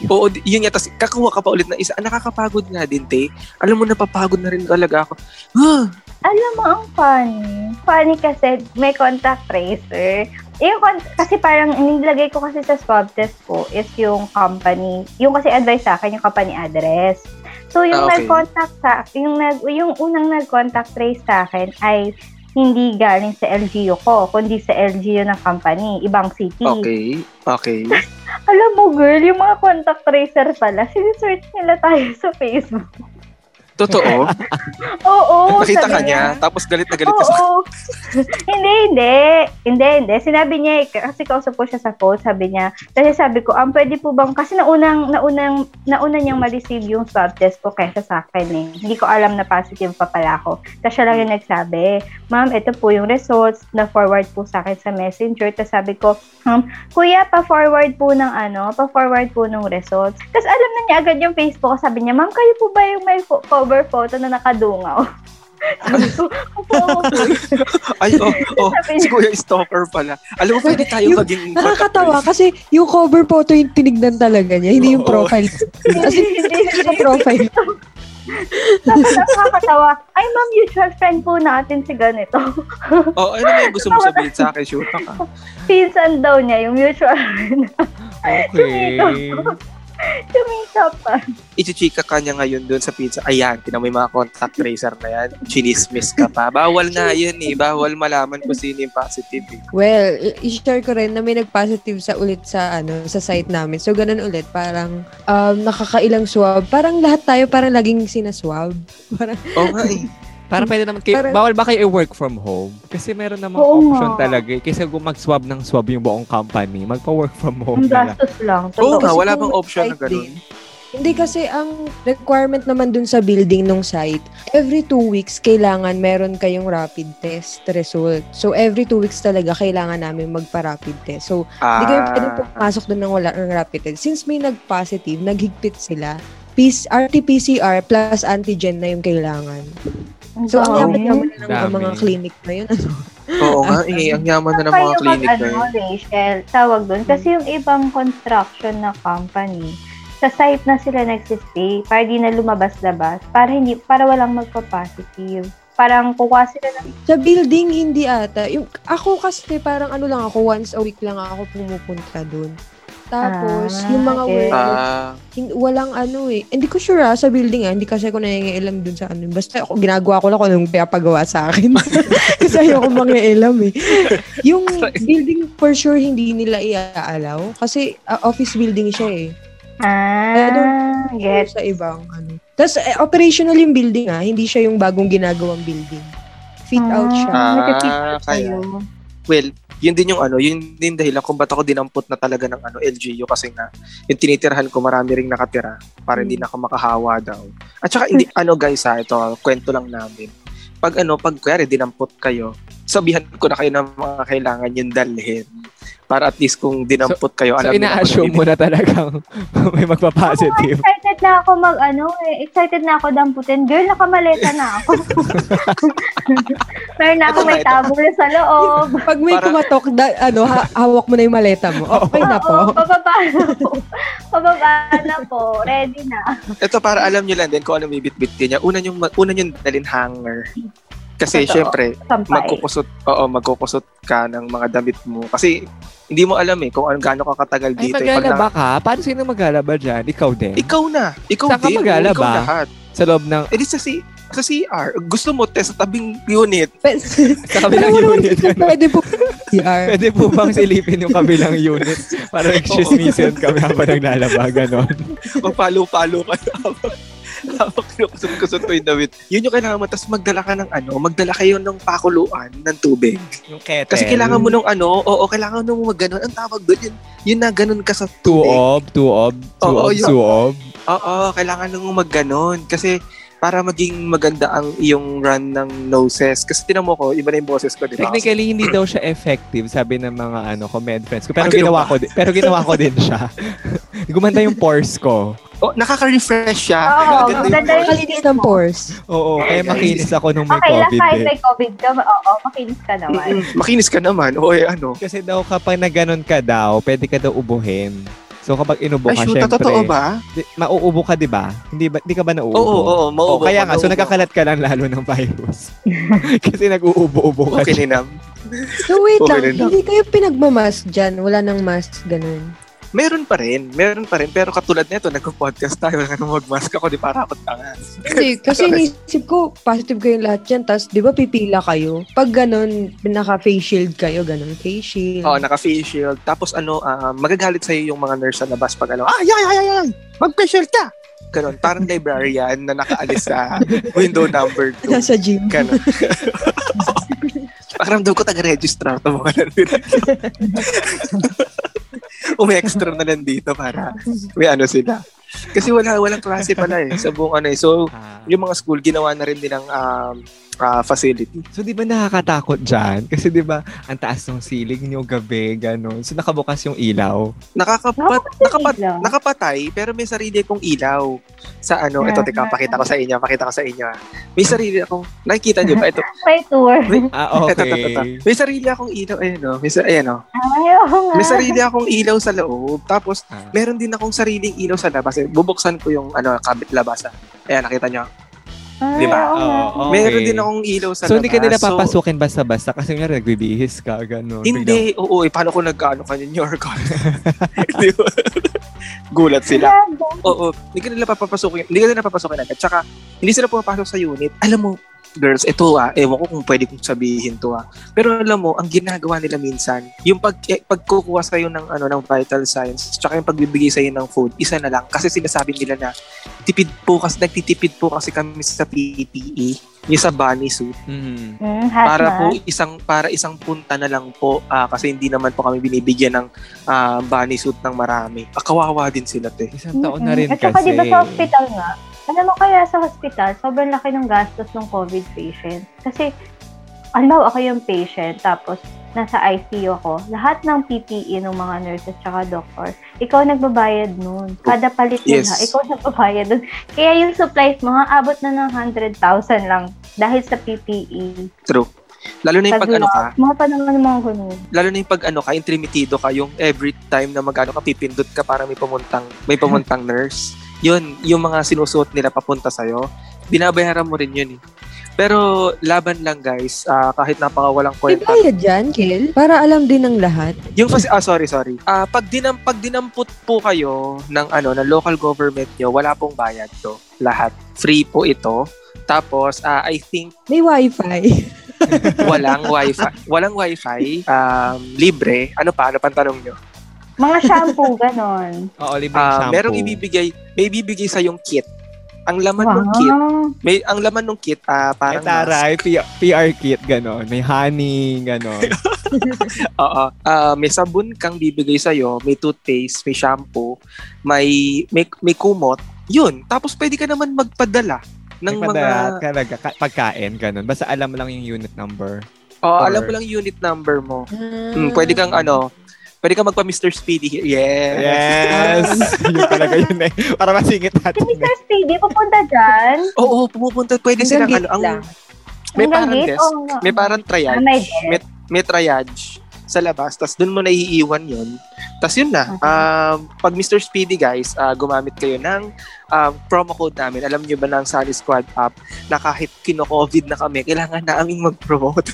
Speaker 2: mo- Oo, di- yun nga. Tapos kakuha ka pa ulit na isa. Ah, nakakapagod nga din, te. Alam mo, napapagod na rin talaga ako. Ah! Huh,
Speaker 4: Alam mo, ang funny. Funny kasi may contact tracer. Yung con- kasi parang nilagay ko kasi sa swab test ko is yung company. Yung kasi advice sa akin, yung company address. So,
Speaker 2: Ah,
Speaker 4: yung
Speaker 2: okay.
Speaker 4: nag-contact sa yung, nag, yung unang nag-contact trace sa akin ay hindi galing sa LGU ko, kundi sa LGU ng company, ibang city.
Speaker 2: okay. Okay.
Speaker 4: Alam mo, girl, yung mga contact tracer pala, sinesearch nila tayo sa Facebook.
Speaker 2: Totoo.
Speaker 4: Oo,
Speaker 2: Nakita ka
Speaker 4: sabi
Speaker 2: niya, tapos galit na galit ka sa
Speaker 4: Oo. hindi, hindi. Hindi, hindi. Sinabi niya, eh, kasi kausap ko siya sa phone, sabi niya. Kasi sabi ko, ang pwede po bang, kasi naunang, naunang, nauna niyang ma-receive yung swab test ko kesa sa akin eh. Hindi ko alam na positive pa pala ako. Tapos siya lang yung nagsabi, ma'am, ito po yung results, na-forward po sa akin sa messenger. Tapos sabi ko, um, kuya, pa-forward po ng ano, pa-forward po ng results. Tapos alam na niya agad yung Facebook ko, sabi niya, ma'am, kayo po ba yung may fo- cover photo na nakadungaw? sabi ko, opo, opo.
Speaker 2: Ay, oh, oh.
Speaker 4: Sabi
Speaker 2: Si
Speaker 4: niya,
Speaker 2: Kuya stalker pala. Alam mo, pwede tayo
Speaker 3: Yung-
Speaker 2: maging...
Speaker 3: Nakakatawa kasi yung cover photo yung tinignan talaga niya, hindi yung
Speaker 2: Oo.
Speaker 3: profile. Kasi
Speaker 4: hindi,
Speaker 3: sa profile.
Speaker 4: tapos ang nakakatawa, ay ma'am, mutual friend po natin si ganito.
Speaker 2: Oh, ano na yung gusto mo sabihin sa akin? Sure ka.
Speaker 4: Pinsan daw niya, yung mutual friend.
Speaker 1: Okay.
Speaker 4: Tumikap pa.
Speaker 2: Ichichika ka niya ngayon doon sa pizza. Ayan, tinan mo yung mga contact tracer na yan. Chinismis ka pa. Bawal nga yun eh. Bawal malaman kung sino yung positive eh.
Speaker 3: Well, i- i-share ko rin na may nag-positive sa ulit sa ano sa site namin. So ganun ulit parang um, nakakailang swab. Parang lahat tayo parang laging sinaswab. Parang
Speaker 2: Oo nga eh.
Speaker 1: Parang pwede naman kayo,
Speaker 3: Parang-
Speaker 1: bawal ba kayo i-work from home? Kasi meron namang
Speaker 4: Oo
Speaker 1: option
Speaker 4: nga.
Speaker 1: talaga. eh. Kasi kung mag-swab ng swab yung buong company, magpa-work from home
Speaker 4: Ang
Speaker 1: na lang.
Speaker 4: gastos lang.
Speaker 2: Oo
Speaker 4: Totoo.
Speaker 2: nga, wala
Speaker 3: Kasi
Speaker 2: bang
Speaker 3: kung
Speaker 2: option na
Speaker 3: site
Speaker 2: ganun.
Speaker 3: din, Hindi kasi ang requirement naman dun sa building nung site, every two weeks kailangan meron kayong rapid test result. So every two weeks talaga kailangan namin magpa-rapid test. So hindi kayo pwede
Speaker 2: Ah.
Speaker 4: Ah.
Speaker 3: pumasok dun ng wala ng rapid test. Since may nag-positive, naghigpit sila. PC, RT-PCR plus antigen na yung kailangan. So, ang
Speaker 2: Wow.
Speaker 3: yaman-yaman na ng
Speaker 1: Dami.
Speaker 3: mga clinic na yun. Ano?
Speaker 2: Oo nga, eh. Ang yaman na ng mga clinic na yun.
Speaker 4: ano, Rachel, tawag doon. Kasi yung ibang construction na company, sa site na sila nagsistay para di na lumabas-labas, para hindi para walang magpa-positive. Parang kukuha sila ng
Speaker 3: Sa building, hindi ata. Yung, ako kasi parang ano lang ako, once a week lang ako pumupunta dun. Tapos,
Speaker 4: Ah,
Speaker 3: yung mga
Speaker 4: okay.
Speaker 3: work,
Speaker 2: Ah,
Speaker 3: hin- walang ano eh. Hindi ko sure ah, sa building ah. Hindi kasi ako nangyayalam dun sa ano. Basta ako, ginagawa ko lang kung anong pinapagawa sa akin. kasi ayoko mangyailam eh. Yung building for sure hindi nila iaalaw. Kasi ah, office building siya eh.
Speaker 4: Ah, get.
Speaker 3: Sa ibang ano. Tapos eh, operational yung building ah. Hindi siya yung bagong ginagawang building. Fit out siya.
Speaker 2: Ah,
Speaker 4: nagka-fit
Speaker 2: kaya.
Speaker 4: out sa'yo.
Speaker 2: well, yun din yung ano, yun din dahilan kung ba't ako dinampot na talaga ng ano, LGU kasi nga, yung tinitirhan ko marami ring nakatira para hindi na
Speaker 3: Mm.
Speaker 2: ako makahawa daw. At saka, hindi,
Speaker 3: Hmm.
Speaker 2: ano guys ha, ito, kwento lang namin. Pag ano, pag kuyari dinampot kayo, sabihan ko na kayo ng mga kailangan yung dalhin. Para at least kung dinampot kayo,
Speaker 1: So,
Speaker 2: alam niyo na kung
Speaker 1: ina-assume mo na talagang may magpa-positive.
Speaker 4: Excited na ako mag ano eh. Excited na ako damputin. Girl, nakamaleta na ako. Meron na ako may
Speaker 2: Ito ba, ito?
Speaker 4: tabo na sa loob.
Speaker 3: Pag may
Speaker 2: Para-
Speaker 3: kumatok, da- ano, ha- hawak mo na yung maleta mo. Okay na po.
Speaker 4: Oo, pababa na po. Pababa na po. Ready na.
Speaker 2: Ito para alam nyo lang din kung ano may bitbit din niya. Una yung, una yung dalin hanger. Kasi
Speaker 4: Totoo.
Speaker 2: syempre,
Speaker 4: Sampay.
Speaker 2: magkukusot, oo, magkukusot ka ng mga damit mo. Kasi hindi mo alam eh kung ano, gaano ka katagal
Speaker 1: Ay,
Speaker 2: dito. eh. Pag
Speaker 1: maglalaba ka? Paano sino maglalaba dyan? Ikaw
Speaker 2: na-
Speaker 1: din?
Speaker 2: ikaw na. Ikaw
Speaker 1: Saan ka
Speaker 2: din.
Speaker 1: maglalaba?
Speaker 2: Ikaw lahat.
Speaker 1: Sa loob ng...
Speaker 2: Eh, di sa, C- sa CR. Gusto mo, test sa tabing unit.
Speaker 3: Pe-
Speaker 1: Sa
Speaker 3: Alam
Speaker 1: kabilang
Speaker 3: mo naman
Speaker 1: unit.
Speaker 3: kasi pwede po PR.
Speaker 1: Pwede po bang silipin yung kabilang unit para excuse-mission kami habang naglalaba, ganon?
Speaker 2: Magpalo-palo ka habang habang kinukusot-kusot mo yung damit. Yun yung kailangan mo. Tapos magdala ka ng ano, magdala kayo ng pakuluan ng tubig.
Speaker 1: Yung ketel.
Speaker 2: Kasi kailangan mo nung ano, oo, kailangan mo nung mag ganun. Ang tawag doon, yun, yun na ganun ka sa tubig.
Speaker 1: Tuob, tuob,
Speaker 2: Oo,
Speaker 1: tuob,
Speaker 2: yun.
Speaker 1: suob.
Speaker 2: Oo, kailangan nung magganon kasi para maging maganda ang iyong run ng noses. Kasi tinan mo ko, iba na yung boses ko, di ba?
Speaker 1: Technically, hindi daw siya effective, sabi ng mga ano ko, med friends ko. Pero
Speaker 2: Ah, ganun
Speaker 1: ginawa
Speaker 2: ba?
Speaker 1: ko, din, pero ginawa ko din siya. Gumanda yung pores ko.
Speaker 2: oh, nakaka-refresh siya.
Speaker 4: Oo,
Speaker 2: Maganda yung-
Speaker 4: maganda yun.
Speaker 3: Nakalinis ng pores.
Speaker 1: Oo, kaya
Speaker 2: Guys.
Speaker 1: makinis ako nung may
Speaker 4: Okay, last
Speaker 1: COVID eh.
Speaker 4: time
Speaker 1: din.
Speaker 4: may COVID ka, oo, makinis ka naman.
Speaker 2: Mm-mm. Makinis ka naman. O, eh, ano.
Speaker 1: Kasi daw kapag na ganun ka daw, pwede ka daw ubuhin. So kapag inubo
Speaker 2: Ay,
Speaker 1: ka,
Speaker 2: shoot, ah,
Speaker 1: syempre,
Speaker 2: totoo ba?
Speaker 1: di- mauubo ka, di ba? Hindi, ba, hindi ka ba nauubo?
Speaker 2: Oo, oo, oo,
Speaker 1: Oo, Oh,
Speaker 2: mauubo.
Speaker 1: kaya nga, so
Speaker 2: mauubo.
Speaker 1: nagkakalat ka lang lalo ng virus. Kasi nag-uubo-ubo ka.
Speaker 2: Okay,
Speaker 1: siya.
Speaker 2: Ninam.
Speaker 3: So wait
Speaker 2: Okay
Speaker 3: lang,
Speaker 2: rin lang.
Speaker 3: hindi kayo pinagmamask dyan. Wala nang mask, ganun.
Speaker 2: Meron pa rin. Meron pa rin. Pero katulad nito, nagpo-podcast tayo. Wala nang mag-mask ako. Di para ako tanga.
Speaker 3: Hindi, kasi inisip ko, positive kayong lahat dyan. Tapos, di ba pipila kayo? Pag ganun, naka-face shield kayo, ganun face shield.
Speaker 2: Oo, naka-face Oh, shield. Tapos ano, ah, magagalit sa'yo yung mga nurse sa labas pag ano, ay, ay, ay, ay, ay, mag-face shield ka! Ganon, parang librarian na nakaalis sa window number 2.
Speaker 3: Nasa gym.
Speaker 2: Ganon. parang doon ko taga-registrar to mga nandito. Umi-extra na nandito para may ano sila. Kasi wala, walang klase pala eh sa buong ano eh. So,
Speaker 1: Ah.
Speaker 2: yung mga school, ginawa na rin nilang um, ah, facility.
Speaker 1: So, di ba nakakatakot dyan? Kasi di ba, ang taas ng siling nyo, gabi, ganun. So, nakabukas yung ilaw.
Speaker 2: Nakakapat, nakapat,
Speaker 4: Bigla.
Speaker 2: nakapatay pero may sarili akong ilaw sa ano ito teka pakita ko sa inyo pakita ko sa inyo ah. may sarili akong nakikita niyo ba ito
Speaker 4: May tour.
Speaker 1: Ah,
Speaker 2: ito, ito, ito, ito.
Speaker 1: okay.
Speaker 2: may sarili akong ilaw ayan oh may sa- ayan oh
Speaker 4: Ay, oo nga.
Speaker 2: may sarili akong ilaw sa loob tapos
Speaker 1: Ah.
Speaker 2: meron din akong sariling ilaw sa labas Eh, bubuksan ko yung ano kabit labasan ayan nakita niyo Di
Speaker 4: Ay,
Speaker 2: ba?
Speaker 4: oo nga.
Speaker 1: Oo, oo. Oh,
Speaker 2: meron
Speaker 1: Okay.
Speaker 2: din akong ilaw sa
Speaker 1: So,
Speaker 2: labas
Speaker 1: hindi ka nila
Speaker 2: So,
Speaker 1: papasukin basta-basta kasi nga nagbibihis ka, ganun.
Speaker 2: hindi oo eh, paano kung nagkaano ka ni New York Di ba? gulat sila
Speaker 4: Grabe.
Speaker 2: Oo, hindi ka nila papapasukin. Hindi ka nila papapasukin agad. Tsaka, hindi sila pumapasok sa unit. Alam mo, girls, ito ah, ewan ko kung pwede kong sabihin to ah. Pero alam mo, ang ginagawa nila minsan, yung pag, eh, pagkukuha sa'yo ng, ano, ng vital signs, tsaka yung pagbibigay sa'yo ng food, isa na lang. Kasi sinasabi nila na, tipid po kasi, nagtitipid po kasi kami sa PPE. E, yung sa bunny suit.
Speaker 1: Mhm.
Speaker 4: Mm,
Speaker 2: Para
Speaker 4: hazmat.
Speaker 2: po isang para isang punta na lang po ah, kasi hindi naman po kami binibigyan ng ah, bunny suit ng marami. Ah, kawawa din sila te.
Speaker 1: Isang taon na rin
Speaker 4: Mm-mm. Mm-hmm. At
Speaker 1: kasi.
Speaker 4: saka di ba sa hospital nga, alam mo kaya sa hospital, sobrang laki ng gastos ng COVID patient. Kasi, alam ako yung patient, tapos nasa ICU ako, lahat ng PPE ng mga nurses tsaka doctor, ikaw nagbabayad nun. Kada palit
Speaker 2: Yes.
Speaker 4: nila, ikaw nagbabayad nun. Kaya yung supplies mo, ha, abot na ng 100,000 lang dahil sa PPE.
Speaker 2: True. Lalo na yung pag ano ka,
Speaker 4: Mga pa naman yung mga ganun.
Speaker 2: lalo na yung pag ano ka, intrimitido ka, yung every time na mag ano ka, pipindot ka para may pumuntang, may pumuntang nurse. Yun, yung mga sinusuot nila papunta sa'yo, binabayaran mo rin yun eh. Pero laban lang guys, ah, kahit napakawalang
Speaker 3: May
Speaker 2: kwenta.
Speaker 3: bayad dyan, Kel? Para alam din ng lahat.
Speaker 2: Yung fas- ah sorry, sorry. Ah, pag dinam pag dinampot po kayo ng ano ng local government nyo, wala pong bayad to. Lahat free po ito. Tapos ah, I think
Speaker 3: May wifi.
Speaker 2: walang wifi, walang wifi, um, libre. Ano pa ano pang tanong nyo?
Speaker 4: Mga shampoo, ganon.
Speaker 1: Oo, libre yung
Speaker 2: Ah,
Speaker 1: shampoo.
Speaker 2: merong ibibigay, may ibibigay sa yung kit. Ang laman ng kit,
Speaker 4: Wow.
Speaker 2: may ang laman ng kit
Speaker 1: Ay,
Speaker 2: ah parang mask.
Speaker 1: taray, P- PR kit, gano'n. May honey, gano'n.
Speaker 2: Oo. Ah, may sabon kang bibigay sa may toothpaste, may shampoo, may may, may kumot. 'Yun. Tapos pwede ka naman magpadala ng
Speaker 1: May
Speaker 2: mga
Speaker 1: padala, talaga, ka- pagkain, gano'n. Basta alam mo lang yung unit number.
Speaker 2: Oh,
Speaker 1: Or-
Speaker 2: alam mo lang unit number mo.
Speaker 3: Ah.
Speaker 2: Mm, pwede kang ano, pwede kang magpa Mr. Speedy. here. Yes.
Speaker 1: Yes! yun talaga yun eh. Para masingit natin
Speaker 4: Si
Speaker 1: eh.
Speaker 4: Mr. Speedy, pupunta dyan.
Speaker 2: Oo, pumupunta pwede silang ano, ang Oh, may
Speaker 4: Hanggang
Speaker 2: parang
Speaker 4: gate?
Speaker 2: desk,
Speaker 4: Oo nga.
Speaker 2: may parang
Speaker 4: Ah,
Speaker 2: triage,
Speaker 4: may desk.
Speaker 2: may triage sa labas, tas doon mo na iiwan 'yon. Tas yun na.
Speaker 4: Mhm.
Speaker 2: Um, pag Mr. Speedy guys, ah, gumamit kayo ng um, promo code namin. Alam niyo ba ng Sunny Squad app na kahit kino-COVID na kami, kailangan namin mag-promote.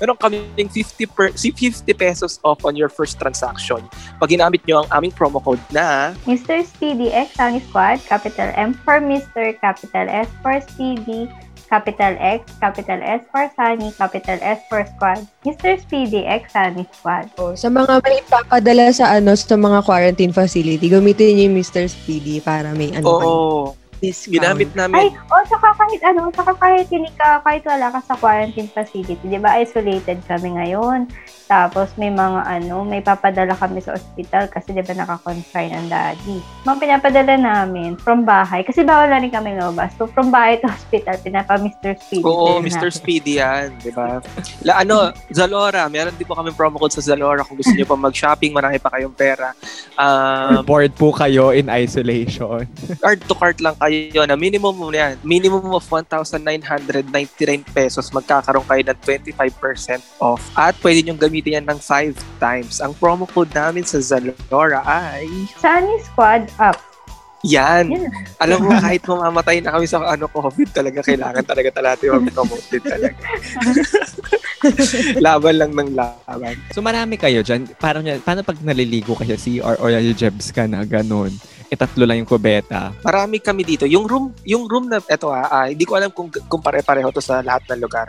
Speaker 2: Meron kaming 50 per, 50 pesos off on your first transaction. Pag ginamit niyo ang aming promo code na
Speaker 4: Mr. Speedy X Sunny Squad, capital M for Mr., capital S for Speedy, capital X, capital S for Sunny, capital S for Squad. Mr. Speedy X Sunny Squad.
Speaker 3: Oh, sa mga may ipapadala sa ano sa mga quarantine facility, gamitin niyo yung Mr. Speedy para may ano kayo,
Speaker 2: Oo,
Speaker 3: discount.
Speaker 2: ginamit
Speaker 4: Ay,
Speaker 2: namin.
Speaker 4: o saka kahit ano, saka kahit hindi ka, kahit wala ka sa quarantine facility, di ba, isolated kami ngayon. Tapos may mga ano, may papadala kami sa ospital kasi di ba naka-confine ang daddy. Mga pinapadala namin from bahay, kasi bawal na rin kami lumabas. So from bahay to hospital, pinapa-Mr. Speedy.
Speaker 2: Oo,
Speaker 4: na.
Speaker 2: Mr. Speedy yan, di ba? La, ano, Zalora, meron din po kami promo code sa Zalora kung gusto niyo pa mag-shopping, marami pa kayong pera. Um,
Speaker 1: Bored po kayo in isolation.
Speaker 2: card to cart lang kayo na minimum mo yan, minimum of 1,999 pesos, magkakaroon kayo ng 25% off. At pwede niyong gamitin yan ng 5 times. Ang promo code namin sa Zalora ay
Speaker 4: Sunny Squad Up.
Speaker 2: yan.
Speaker 4: Yun.
Speaker 2: Alam mo, kahit mamamatay na kami sa ano, COVID, talaga kailangan talaga talaga yung promoted talaga. laban lang ng laban.
Speaker 1: So marami kayo dyan. Parang yan, paano pag naliligo kayo, CR or jebs ka na, ganun. E tatlo lang yung kubeta.
Speaker 2: Marami kami dito. Yung room, yung room na, eto ha, ah, hindi ko alam kung, kung pare-pareho to sa lahat ng lugar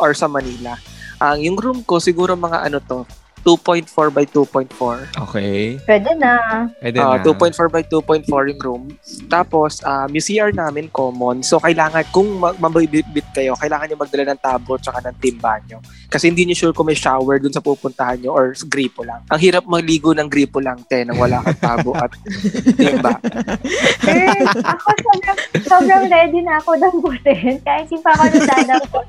Speaker 2: or sa Manila. Ang yung room ko, siguro mga ano to, 2.4 by 2.4.
Speaker 1: Okay.
Speaker 4: Pwede na.
Speaker 1: Pwede
Speaker 2: Ah,
Speaker 1: na.
Speaker 2: 2.4 by 2.4 yung room. Tapos, um, yung CR namin common. So, kailangan, kung ma- mabibit kayo, kailangan nyo magdala ng tabo tsaka ng timba nyo. Kasi hindi nyo sure kung may shower dun sa pupuntahan nyo or s- gripo lang. Ang hirap maligo ng gripo lang, te, nang wala kang tabo at timba.
Speaker 4: Sir, ako sobrang, sobrang ready na ako damputin. Kahit hindi pa ako nadadampot.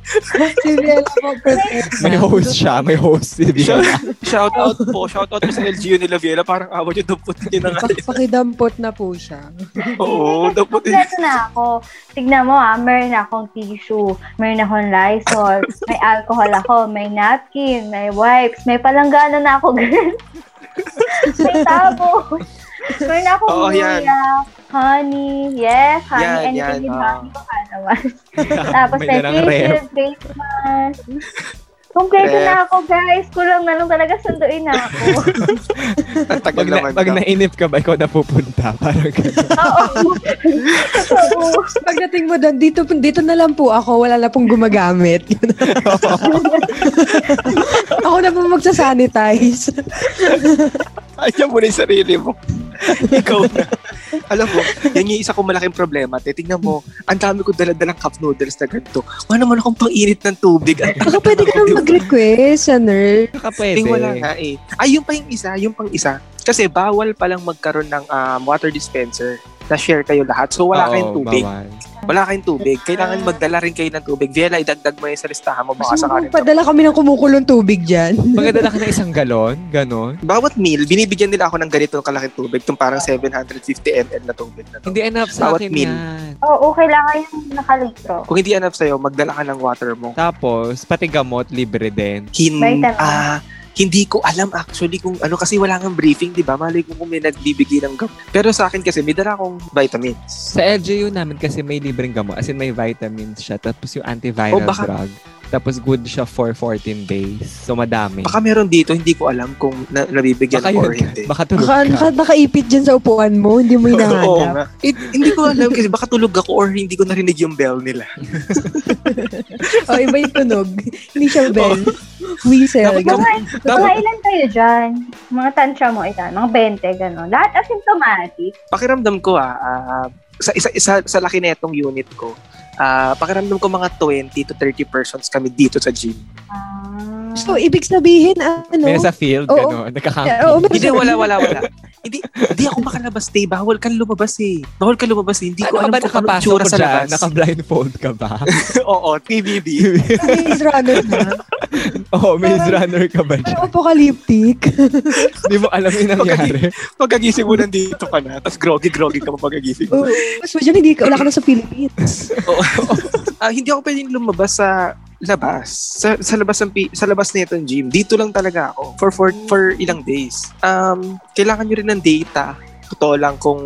Speaker 3: Si Bella po, prepare
Speaker 1: May
Speaker 3: na.
Speaker 1: host siya. May host si Vian.
Speaker 2: Shout out po. Shout out po sa LGU nila, Viela. Parang awa nyo, dumputin nyo na nga.
Speaker 3: Pak- Pakidampot na po siya.
Speaker 2: Oo,
Speaker 4: Hindi, kasi
Speaker 2: dumputin.
Speaker 4: kompleto na ako. Tignan mo ah, meron akong tissue, meron akong Lysol, may alcohol ako, may napkin, may wipes, may palanggana na ako, girl. may tabo. Meron akong
Speaker 2: Oo, yan.
Speaker 4: luya, honey, yes, honey,
Speaker 2: Yan, yan, ah.
Speaker 4: anything with
Speaker 2: oo.
Speaker 4: honey ko ka naman. Tapos may
Speaker 1: May dalang
Speaker 4: face
Speaker 1: ref.
Speaker 4: shield, face mask. Kompleto
Speaker 2: Ref.
Speaker 4: na ako, guys. Kulang na lang talaga sunduin na ako.
Speaker 2: Tatagal
Speaker 1: Pag, na,
Speaker 2: naman.
Speaker 1: pag
Speaker 2: daw.
Speaker 1: nainip ka ba, ikaw na pupunta. Parang ganun.
Speaker 4: Oo. Oo.
Speaker 3: Pagdating mo doon, dito, dito na lang po ako, wala na pong gumagamit. ako na po magsasanitize.
Speaker 2: Ayaw mo na yung sarili mo. Ikaw na. Alam mo, yan yung isa kong malaking problema. Te, tingnan mo, ang dami ko daladalang cup noodles na ganito. Wala naman akong panginit ng tubig. Ang
Speaker 3: Baka pwede ka
Speaker 2: Di ba?
Speaker 3: lang mag-request sa nurse.
Speaker 1: Baka
Speaker 2: Hindi,
Speaker 1: pwede.
Speaker 2: wala nga eh. Ay, yung pa yung isa, yung pang isa. Kasi bawal palang magkaroon ng um, water dispenser na share kayo lahat. So
Speaker 1: Oo,
Speaker 2: wala kayong tubig.
Speaker 1: bawal.
Speaker 2: Wala kayong tubig. Kailangan magdala rin kayo ng tubig. Viela, idagdag mo yung sa listahan mo. Baka
Speaker 3: Kasi
Speaker 2: sakarin.
Speaker 3: padala kami ng kumukulong tubig dyan.
Speaker 1: Magdadala ka ng isang galon, ganon.
Speaker 2: Bawat meal, binibigyan nila ako ng ganitong kalaking tubig. Itong parang 750 ml na tubig na to.
Speaker 1: Hindi enough sa
Speaker 2: Bawat
Speaker 1: akin
Speaker 2: meal.
Speaker 1: yan.
Speaker 4: Oo, kailangan yung nakaligro.
Speaker 2: Kung hindi enough sa'yo, magdala ka ng water mo.
Speaker 1: Tapos, pati gamot, libre din.
Speaker 2: Hin,
Speaker 4: Vitamin.
Speaker 2: ah, hindi ko alam actually kung ano kasi wala nang briefing, 'di ba? Malay ko kung may nagbibigay ng gamot. Pero sa akin kasi may dala akong vitamins.
Speaker 1: Sa LGU namin kasi may libreng gamot. As in, may vitamins siya. Tapos yung antiviral
Speaker 2: Oh, baka-
Speaker 1: drug. Tapos good siya for 14 days. So, madami.
Speaker 2: Baka meron dito, hindi ko alam kung na, nabibigyan
Speaker 1: Baka
Speaker 2: ako or
Speaker 1: yun.
Speaker 2: hindi.
Speaker 1: Baka tulog
Speaker 3: Baka,
Speaker 1: ka.
Speaker 3: naka, nakaipit dyan sa upuan mo, hindi
Speaker 2: Oo
Speaker 3: mo hinahanap.
Speaker 2: nga. Eh, hindi ko alam kasi baka tulog ako or hindi ko narinig yung bell nila.
Speaker 3: o, iba yung tunog. Hindi siya bell. Whistle.
Speaker 1: Dapat
Speaker 3: ganun.
Speaker 4: Mga,
Speaker 1: Dapat-
Speaker 4: mga ilan kayo dyan? Mga tansya mo, ilan? Mga 20, gano'n. Lahat asymptomatic.
Speaker 2: Pakiramdam ko ah, ah, sa isa isa sa laki na itong unit ko. ah pakiramdam ko mga 20 to 30 persons kami dito sa gym.
Speaker 4: Ah.
Speaker 3: So, ibig sabihin, ano?
Speaker 1: May nasa field,
Speaker 3: Oo.
Speaker 1: gano'n. Ano Nagkakampi.
Speaker 3: Oo, may-
Speaker 2: Hindi, wala, wala, wala. hindi, hindi ako makalabas, te. Bawal ka lumabas, eh. Bawal ka lumabas, eh. Hindi
Speaker 1: Ano ka
Speaker 2: ko alam
Speaker 1: ba
Speaker 2: kung anong
Speaker 1: nakapasok
Speaker 2: tsura
Speaker 1: ko
Speaker 2: sa
Speaker 1: dyan?
Speaker 2: labas.
Speaker 1: Naka-blindfold ka ba?
Speaker 2: Oo, TBD.
Speaker 3: Maze runner na.
Speaker 1: Oo, oh, maze runner ka ba dyan?
Speaker 3: Parang apocalyptic.
Speaker 1: Hindi mo alam yung nangyari.
Speaker 2: Pagkagising mo nandito ka na, tapos groggy-groggy ka pa pagkagising mo.
Speaker 3: Oo. Mas dyan, hindi ka, wala ka na sa Philippines.
Speaker 2: Ah, hindi ako pwedeng lumabas sa labas. Sa, sa labas ng pi- sa labas na itong gym. Dito lang talaga ako for for, for ilang days. Um, kailangan nyo rin ng data. Totoo lang kung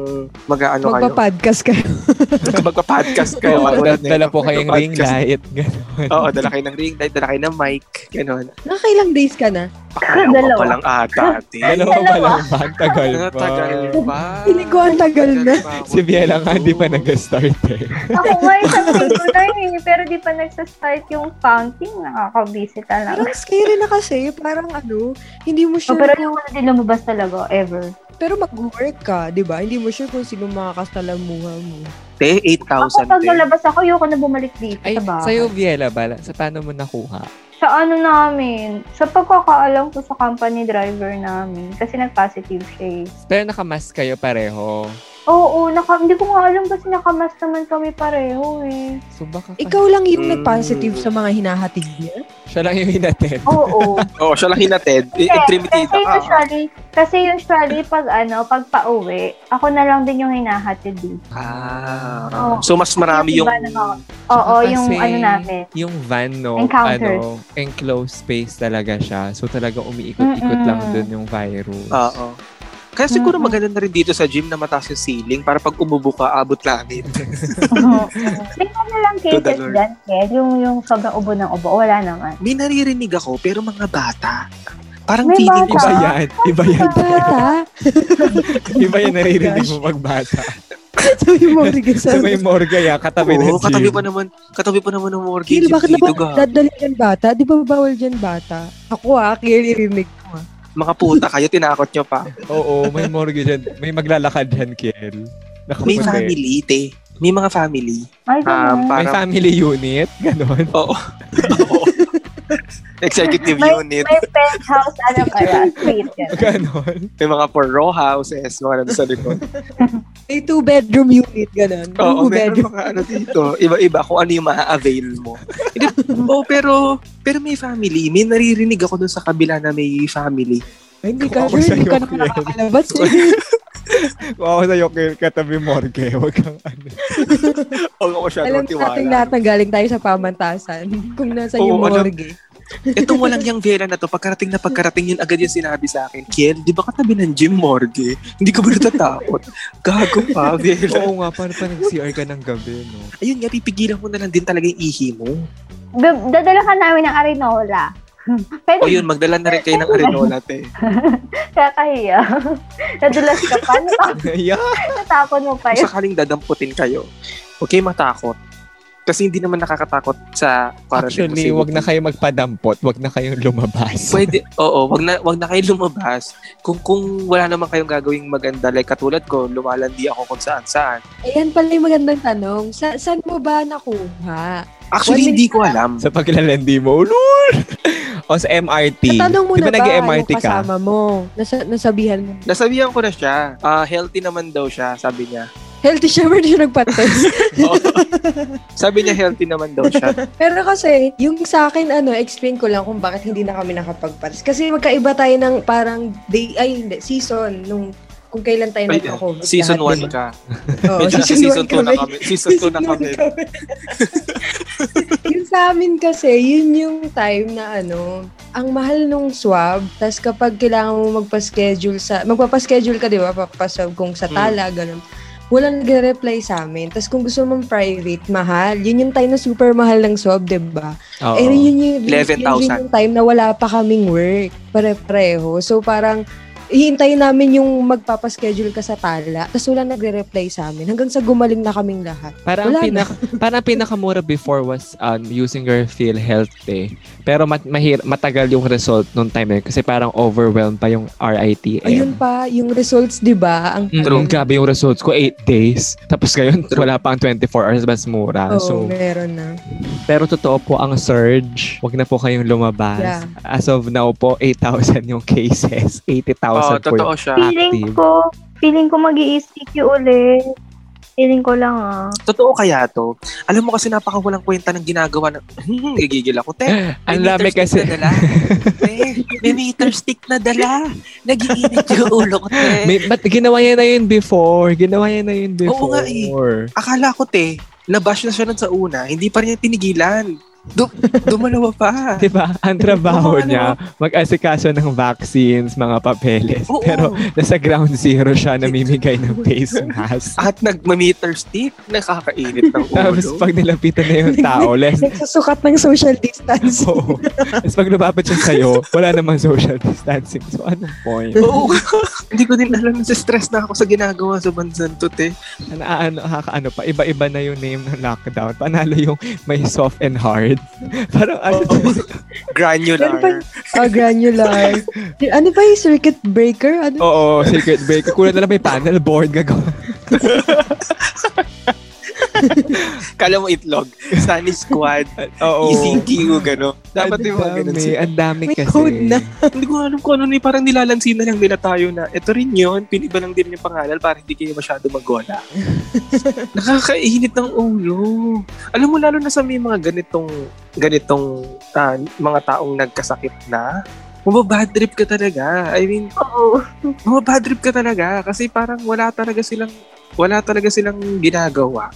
Speaker 2: mag-ano
Speaker 3: Ano
Speaker 2: kayo.
Speaker 3: Magpa-podcast ka.
Speaker 2: Magpa-podcast kayo.
Speaker 1: Oo,
Speaker 2: Katulad
Speaker 1: dal-
Speaker 2: na
Speaker 1: dala
Speaker 2: yun,
Speaker 1: po kayong ring
Speaker 2: magpa-podcast.
Speaker 1: light. Gano'n.
Speaker 2: Oo, dala kayo ng ring light, dala kayo ng mic. Ganon.
Speaker 3: Nakakailang days ka na?
Speaker 2: Pakalawa
Speaker 4: Dalawa.
Speaker 2: pa lang ata, ate.
Speaker 1: Dalawa pa lang ba? Ang Tagal
Speaker 2: Ano,
Speaker 1: pa.
Speaker 2: tagal pa.
Speaker 3: Feeling ko ang tagal na.
Speaker 1: Si Biela nga, hindi pa nag-start eh.
Speaker 4: Ako nga, isang linggo na eh. Pero di pa nagsa-start yung counting. Nakakabisi talaga.
Speaker 3: Parang scary na kasi. Parang ano, hindi mo
Speaker 4: Oh,
Speaker 3: sure.
Speaker 4: pero
Speaker 3: Pero,
Speaker 4: yung wala din lumabas talaga, ever.
Speaker 3: mag-work ka, di ba? Hindi mo sure kung sino makakasalamuha mo.
Speaker 2: Te,
Speaker 4: Ako
Speaker 2: 8,000.
Speaker 4: pag
Speaker 2: te.
Speaker 4: nalabas ako, ayoko na bumalik dito
Speaker 1: Ay,
Speaker 4: sa bahay.
Speaker 1: sa'yo, Biela, bala. Sa paano mo nakuha?
Speaker 4: Sa ano namin, sa pagkakaalam ko sa company driver namin, kasi nag-positive siya eh.
Speaker 1: Pero nakamask kayo pareho.
Speaker 4: Oo, naka, hindi ko nga alam kasi nakamas naman kami pareho eh.
Speaker 1: So baka
Speaker 3: Ikaw lang yung
Speaker 2: Mm.
Speaker 3: nag-positive sa mga hinahatid niya.
Speaker 1: siya lang yung hinaten.
Speaker 4: Oo.
Speaker 2: Oo, Oh, siya lang Eh, hinatid. I- Extremity
Speaker 4: kasi
Speaker 2: ka.
Speaker 4: usually, kasi usually pag ano, pag pauwi, ako na lang din yung hinahatid eh. dito.
Speaker 2: Ah. So, mas marami yung...
Speaker 4: Iba na ako. Oo,
Speaker 2: Ah,
Speaker 1: Tsaka
Speaker 4: yung
Speaker 1: kasi-
Speaker 4: ano namin.
Speaker 1: Yung van, no,
Speaker 4: Encounters.
Speaker 1: ano, enclosed space talaga siya. So talaga umiikot-ikot
Speaker 4: Mm-mm.
Speaker 1: lang dun yung virus.
Speaker 2: Oo. Kaya siguro
Speaker 4: Mm-mm.
Speaker 2: maganda na rin dito sa gym na mataas yung ceiling para pag umubo ka, abot langit.
Speaker 4: Oo. May ano lang
Speaker 2: To the
Speaker 4: cases
Speaker 2: Lord.
Speaker 4: dyan, Kel, yung, yung sobrang ubo ng ubo, wala naman.
Speaker 2: May naririnig ako, pero mga bata. Parang
Speaker 4: May
Speaker 2: feeling ko
Speaker 1: Iba
Speaker 4: bata.
Speaker 2: sa...
Speaker 1: yan. Iba yan.
Speaker 3: Bata,
Speaker 1: Iba yan naririnig mo pag bata.
Speaker 3: sabi mo, sige
Speaker 1: Sa
Speaker 3: sabi
Speaker 1: may morga yan, katabi ng
Speaker 2: Oo,
Speaker 1: gym.
Speaker 2: katabi pa naman, katabi pa naman ng mortgage
Speaker 3: Kiel,
Speaker 2: gym
Speaker 3: bakit
Speaker 2: dito
Speaker 3: naman
Speaker 2: ga.
Speaker 3: dadali dyan bata? Di ba bawal dyan bata? Ako ah, Kiel, irinig ko ah.
Speaker 2: Mga puta kayo, tinakot nyo pa.
Speaker 1: Oo, may morga dyan. May maglalakad dyan, Kiel.
Speaker 2: May
Speaker 1: Nakapunta. May,
Speaker 2: family, te. May mga family.
Speaker 4: Ay,
Speaker 2: Um,
Speaker 4: ganun.
Speaker 2: parang
Speaker 1: family unit. Ganon.
Speaker 2: executive
Speaker 4: May-
Speaker 2: unit.
Speaker 4: May penthouse, ano kaya, suite yan.
Speaker 1: Ganon.
Speaker 2: May mga for row houses, mga nandun sa likod.
Speaker 3: May two-bedroom unit, ganun.
Speaker 2: Oo, meron
Speaker 3: two-bedroom.
Speaker 2: mga ano dito. Iba-iba kung ano yung maa-avail mo. Hindi- Oo, pero, pero may family. May naririnig ako dun sa kabila na may family.
Speaker 3: Ay, hindi ka
Speaker 1: Ako
Speaker 3: sure, hindi
Speaker 1: sa'yo,
Speaker 3: ka naman
Speaker 1: Kiel.
Speaker 3: nakakalabas.
Speaker 1: Kung ako sa'yo, Kiel, katabi morgue. Huwag kang ano.
Speaker 2: Oo, ako siya
Speaker 3: Alam natin lahat na galing tayo sa pamantasan. Kung nasa
Speaker 2: Oo,
Speaker 3: yung
Speaker 2: alam-
Speaker 3: morgue.
Speaker 2: Itong walang yung Vera na to, pagkarating na pagkarating yun, agad yung sinabi sa akin, Kiel, di ba katabi ng Jim Morgue? Hindi ka ba natatakot? Gago pa, Vera.
Speaker 1: Oo nga, paano pa nag-CR ka ng gabi, no?
Speaker 2: Ayun nga, pipigilan mo na lang din talaga yung ihi mo.
Speaker 4: Da- Dadala ka namin ng arenola. Pwede
Speaker 2: O Oh, yun, magdala na rin kayo ng arenola, te.
Speaker 4: kakahiya. Nadulas ka pa. Nata-
Speaker 1: yeah.
Speaker 4: Natapon mo pa yun.
Speaker 2: Kung sakaling dadamputin kayo, huwag kayong matakot. Kasi hindi naman nakakatakot sa quarantine
Speaker 1: Actually, wag na kayo magpadampot. Wag na kayong lumabas.
Speaker 2: Pwede, oo, wag na wag na kayo lumabas. Kung kung wala naman kayong gagawing maganda like katulad ko, lumalandi ako kung saan-saan.
Speaker 3: Ayan pala yung magandang tanong. Sa, saan mo ba nakuha?
Speaker 2: Actually,
Speaker 3: One
Speaker 2: hindi ko alam.
Speaker 1: Sa paglalandi mo. "Oh, Lord! o sa MRT.
Speaker 3: Eh, Tanong mo
Speaker 1: Di ba
Speaker 3: na ba
Speaker 1: nag-MRT
Speaker 3: yung
Speaker 1: ka?
Speaker 3: kasama mo? Nasa, nasabihan mo.
Speaker 2: Nasabihan ko na siya. Ah, healthy naman daw siya, sabi niya.
Speaker 3: Healthy siya, pero di siya nagpa-test.
Speaker 2: Oo. sabi niya healthy naman daw siya.
Speaker 3: pero kasi, yung sa akin, ano, explain ko lang kung bakit hindi na kami nakapagpa-test. Kasi magkaiba tayo ng parang day, ay hindi, season, nung kung kailan tayo
Speaker 2: Wait,
Speaker 3: nagko-COVID.
Speaker 2: Season 1
Speaker 3: lahat, diba?
Speaker 2: ka.
Speaker 3: Oo,
Speaker 2: Medyo nasa season
Speaker 3: season
Speaker 2: 2
Speaker 3: 1
Speaker 2: na kami. Season 2 na kami.
Speaker 3: yung sa amin kasi, yun yung time na ano, ang mahal nung swab, tas kapag kailangan mo magpa-schedule sa, magpapaschedule ka, di ba, papaswab kung
Speaker 2: Hmm.
Speaker 3: sa tala, ganun. Walang nagre-reply sa amin. Tapos kung gusto mong private, mahal. Yun yung time na super mahal ng swab, di ba?
Speaker 1: Oo.
Speaker 3: Eh, yun yung, yun
Speaker 2: 11,000.
Speaker 3: yung time na wala pa kaming work. Pare-pareho. So, parang, hihintayin namin yung magpapaschedule ka sa tala. Tapos wala nagre-reply sa amin. Hanggang sa gumaling na kaming lahat.
Speaker 1: Parang
Speaker 3: Wala na.
Speaker 1: pinak parang pinakamura before was um, using your PhilHealth eh. Pero mat mahir matagal yung result nung time na yun kasi parang overwhelmed pa yung RITM.
Speaker 3: Ayun pa, yung results, di ba? Ang
Speaker 1: Mm, eh.
Speaker 2: True.
Speaker 1: Grabe yung results ko, 8 days. Tapos ngayon,
Speaker 2: True.
Speaker 1: wala pa ang 24 hours, mas mura. Ah,
Speaker 3: Oo,
Speaker 1: so,
Speaker 3: oh, meron na.
Speaker 1: pero totoo po ang surge. Huwag na po kayong lumabas.
Speaker 3: Yeah.
Speaker 1: As of now po, 8,000 yung cases. 80,000 po yung
Speaker 2: Oo, Oh, totoo siya.
Speaker 1: active.
Speaker 4: Feeling ko, feeling ko mag i ulit. Feeling ko lang ah.
Speaker 2: Totoo kaya to? Alam mo kasi napaka walang kwenta ng ginagawa ng... Hmm, gigigil ako. Te,
Speaker 1: Ang dami kasi.
Speaker 2: Na dala. te, may meter stick na dala. Nagiinit yung ulo ko, te.
Speaker 1: May, ba't ginawa niya na yun before? Ginawa niya na yun before.
Speaker 2: Oo nga eh. Akala ko, te, nabash na siya nun sa una. Hindi pa rin niya tinigilan. Du- dumalawa pa.
Speaker 1: Di ba? Ang trabaho
Speaker 2: Oo, ano?
Speaker 1: niya, mag-asikaso ng vaccines, mga papeles.
Speaker 2: Oo.
Speaker 1: Pero nasa ground zero siya namimigay ng face mask.
Speaker 2: At nag-meter stick. Nakakainit ng
Speaker 1: Tapos
Speaker 2: ulo.
Speaker 1: pag nilapitan na yung tao, less
Speaker 3: Nagsusukat ng social distance.
Speaker 1: Oo. Tapos pag lumapit siya sa'yo, wala namang social distancing. So, ano? anong point?
Speaker 2: Oo. Hindi ko din alam. Nasa stress na ako sa ginagawa sa bansan to, te.
Speaker 1: Ano, ano, ano pa, iba-iba na yung name ng lockdown. Panalo yung may soft and hard. Parang ano,
Speaker 3: Meron pa
Speaker 2: Granular.
Speaker 3: Ah, granular. ano ba yung circuit breaker? Ano?
Speaker 1: Oo, secret break. Kulang na lang may panel board gagawa.
Speaker 2: Kala mo itlog. Sunny squad.
Speaker 1: Oo.
Speaker 2: ECQ, gano'n. Dapat
Speaker 1: Ang
Speaker 2: yung mga gano'n.
Speaker 1: dami, ang dami
Speaker 3: May
Speaker 1: kasi.
Speaker 3: code na.
Speaker 2: Hindi ko alam kung ano ni parang nilalansin na lang nila tayo na ito rin yun, piniba lang din yung pangalan para hindi kayo masyado magola. Nakakainit ng ulo. Alam mo lalo na sa may mga ganitong ganitong ah, mga taong nagkasakit na, mababad trip ka talaga. I mean,
Speaker 4: Oo.
Speaker 2: mababad trip ka talaga kasi parang wala talaga silang wala talaga silang ginagawa.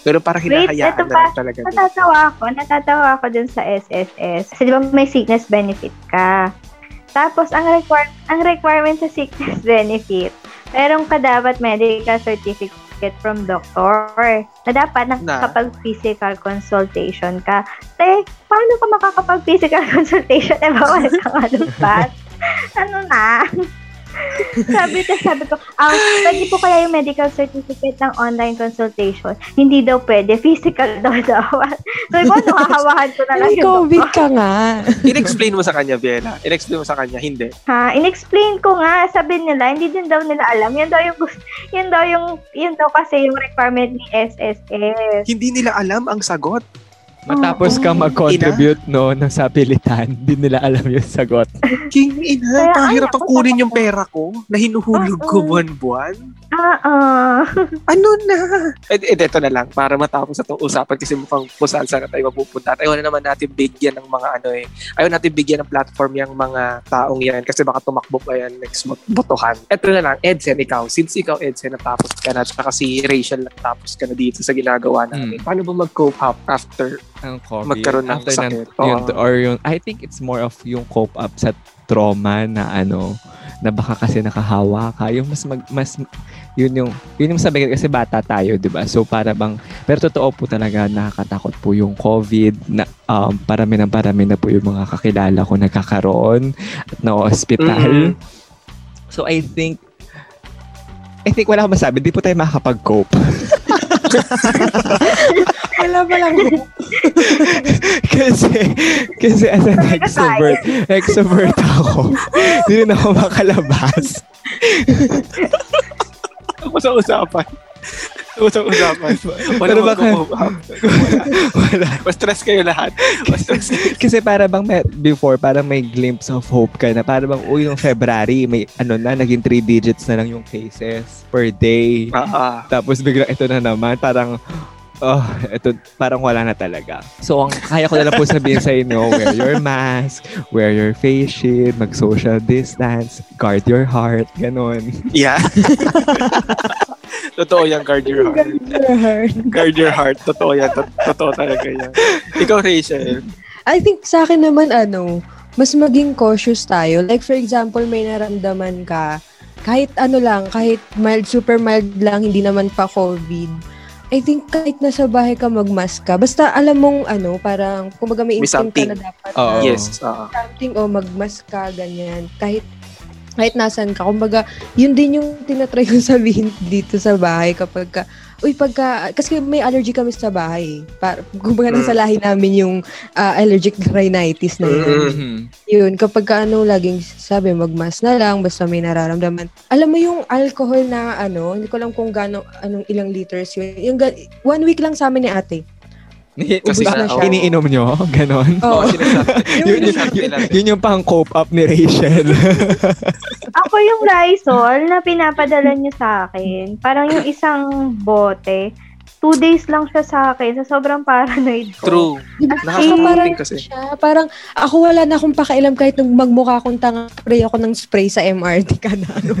Speaker 2: Pero parang
Speaker 4: Wait,
Speaker 2: hinahayaan
Speaker 4: eto
Speaker 2: na lang
Speaker 4: pa.
Speaker 2: talaga. nila.
Speaker 4: Natatawa ako. Natatawa ako dun sa SSS. Kasi di ba may sickness benefit ka. Tapos, ang, require, ang requirement sa sickness benefit, meron ka dapat medical certificate from doctor na dapat nakakapag-physical consultation ka. Te, paano ka makakapag-physical consultation? Eh, bawal ka nga lumpat. ano na? sabi ko, sabi ko, ah, pwede po kaya yung medical certificate ng online consultation? Hindi daw pwede. Physical daw dapat. Sabi ko, ano, hahawahan ko na lang
Speaker 3: May
Speaker 4: yung
Speaker 3: COVID ka nga.
Speaker 2: In-explain mo sa kanya, Viela. In-explain mo sa kanya, hindi.
Speaker 4: Ha, inexplain ko nga, sabi nila, hindi din daw nila alam. Yan daw yung, yan daw yung, yan daw kasi yung requirement ni SSS.
Speaker 2: Hindi nila alam ang sagot.
Speaker 1: Matapos ka mag-contribute no, ng sapilitan, di nila alam yung sagot.
Speaker 2: King ina,
Speaker 4: Kaya,
Speaker 2: kahirap
Speaker 4: ay,
Speaker 2: ang
Speaker 4: ako
Speaker 2: kunin
Speaker 4: sa-
Speaker 2: yung pera ko na hinuhulog ko
Speaker 4: Oo.
Speaker 2: buwan-buwan.
Speaker 4: Ah, ah.
Speaker 2: Ano na? Eh, eh, eto na lang, para matapos na itong usapan kasi mukhang kung saan saan na tayo mapupunta. At ayaw na naman natin bigyan ng mga ano eh. Ayaw natin bigyan ng platform yung mga taong yan kasi baka tumakbo pa yan next bot- botohan. Eto na lang, Edsen, ikaw. Since ikaw, Edsen, natapos ka na. Tsaka si Rachel, natapos ka na dito sa ginagawa namin.
Speaker 1: Mm.
Speaker 2: Paano ba mag-cope up after?
Speaker 1: ang COVID.
Speaker 2: Magkaroon ng
Speaker 1: After
Speaker 2: sakit.
Speaker 1: yun,
Speaker 2: Oo.
Speaker 1: or yun, I think it's more of yung cope up sa trauma na ano, na baka kasi nakahawa ka. Yung mas, mag, mas yun yung, yun yung sabi ko, kasi bata tayo, di ba? So, para bang, pero totoo po talaga, nakakatakot po yung COVID. Na, um, parami ng parami na po yung mga kakilala ko nagkakaroon at na-hospital.
Speaker 2: Mhm.
Speaker 1: So, I think, I think wala akong masabi. Di po tayo makakapag-cope.
Speaker 3: Wala pa lang.
Speaker 1: kasi, kasi as an
Speaker 4: Sabi na
Speaker 1: extrovert, extrovert ako. Hindi rin ako makalabas.
Speaker 2: Tapos ang usapan. Tapos ang usapan. Wala
Speaker 1: Pero
Speaker 2: bang
Speaker 1: baka-
Speaker 2: kumuha.
Speaker 1: Wala.
Speaker 2: Mas stress kayo lahat. Mas stress kayo.
Speaker 1: Kasi para bang may, before, parang may glimpse of hope ka na. Para bang, uy, nung February, may ano na, naging three digits na lang yung cases per day.
Speaker 2: Ah,
Speaker 1: Tapos bigla ito na naman, parang Oh, ito, parang wala na talaga. So, ang kaya ko na lang po sabihin sa inyo, wear your mask, wear your face shield, mag-social distance, guard your heart, ganun.
Speaker 2: yeah. Totoo yan, guard your heart. Guard your heart. Totoo yan. Tot- Totoo talaga yan. Ikaw, Rachel.
Speaker 3: I think sa akin naman, ano, mas maging cautious tayo. Like, for example, may naramdaman ka, kahit ano lang, kahit mild, super mild lang, hindi naman pa COVID, I think kahit nasa bahay ka magmask ka, basta alam mong ano, parang kumbaga
Speaker 2: May
Speaker 3: may instinct ka
Speaker 2: something.
Speaker 3: na dapat
Speaker 1: Oo.
Speaker 3: na
Speaker 2: Yes. ah.
Speaker 3: something o magmask ka, ganyan. Kahit kahit nasan ka. Kumbaga, yun din yung tinatry kong sabihin dito sa bahay kapag ka, uy, pagka, kasi may allergy kami sa bahay. eh. Par, kumbaga,
Speaker 2: Mm.
Speaker 3: nasa lahi namin yung ah, allergic rhinitis na yun.
Speaker 2: Mm-hmm.
Speaker 3: Yun, kapag ka, ano, laging sabi, magmask na lang, basta may nararamdaman. Alam mo yung alcohol na, ano, hindi ko alam kung gano, anong ilang liters yun. Yung, ga- one week lang sa amin ni ate.
Speaker 2: Kasi
Speaker 1: Kasi oh.
Speaker 3: Ubus na siya.
Speaker 1: iniinom nyo, ganun.
Speaker 2: Oo, Oh,
Speaker 3: Oo.
Speaker 2: sinasabi.
Speaker 1: yun, yun,
Speaker 2: sinasabi
Speaker 1: yun,
Speaker 2: nila.
Speaker 1: yun yung pang cope up ni Rachel.
Speaker 4: Ako yung Lysol na pinapadala niyo sa akin. Parang yung isang bote. Two days lang siya sa akin. Sa sobrang paranoid ko.
Speaker 2: True.
Speaker 3: Diba?
Speaker 2: Nakakatawa
Speaker 3: parang
Speaker 2: din kasi.
Speaker 3: siya, parang ako wala na akong pakialam kahit nung magmukha akong tanga, spray ako ng spray sa MRT ka na. Ano.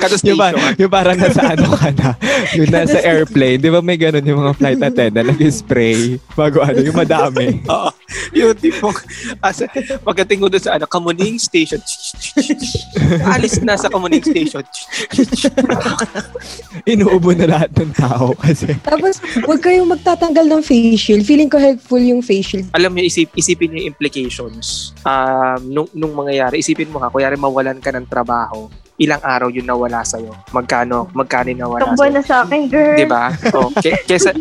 Speaker 2: Kada
Speaker 1: yung,
Speaker 2: station.
Speaker 1: par- yung parang nasa ano ka na. Yung nasa airplane. Di ba may ganun yung mga flight attendant? Nag-spray. Bago ano, yung madami.
Speaker 2: Oo. Yung tipong, as, pagdating ko doon sa ano, Kamuning Station. Alis na sa Kamuning Station.
Speaker 1: Inuubo na lahat ng tao kasi.
Speaker 3: Tapos, huwag kayong magtatanggal ng face shield. Feeling ko helpful yung face shield.
Speaker 2: Alam niyo, isip, isipin niyo yung implications um, nung, nung mangyayari. Isipin mo ha, kuyari mawalan ka ng trabaho, ilang araw yun nawala sa'yo. Magkano, magkano yung nawala
Speaker 4: Tumbo
Speaker 2: sa'yo.
Speaker 4: na sa akin, girl.
Speaker 2: Di ba? O, ke- kesa,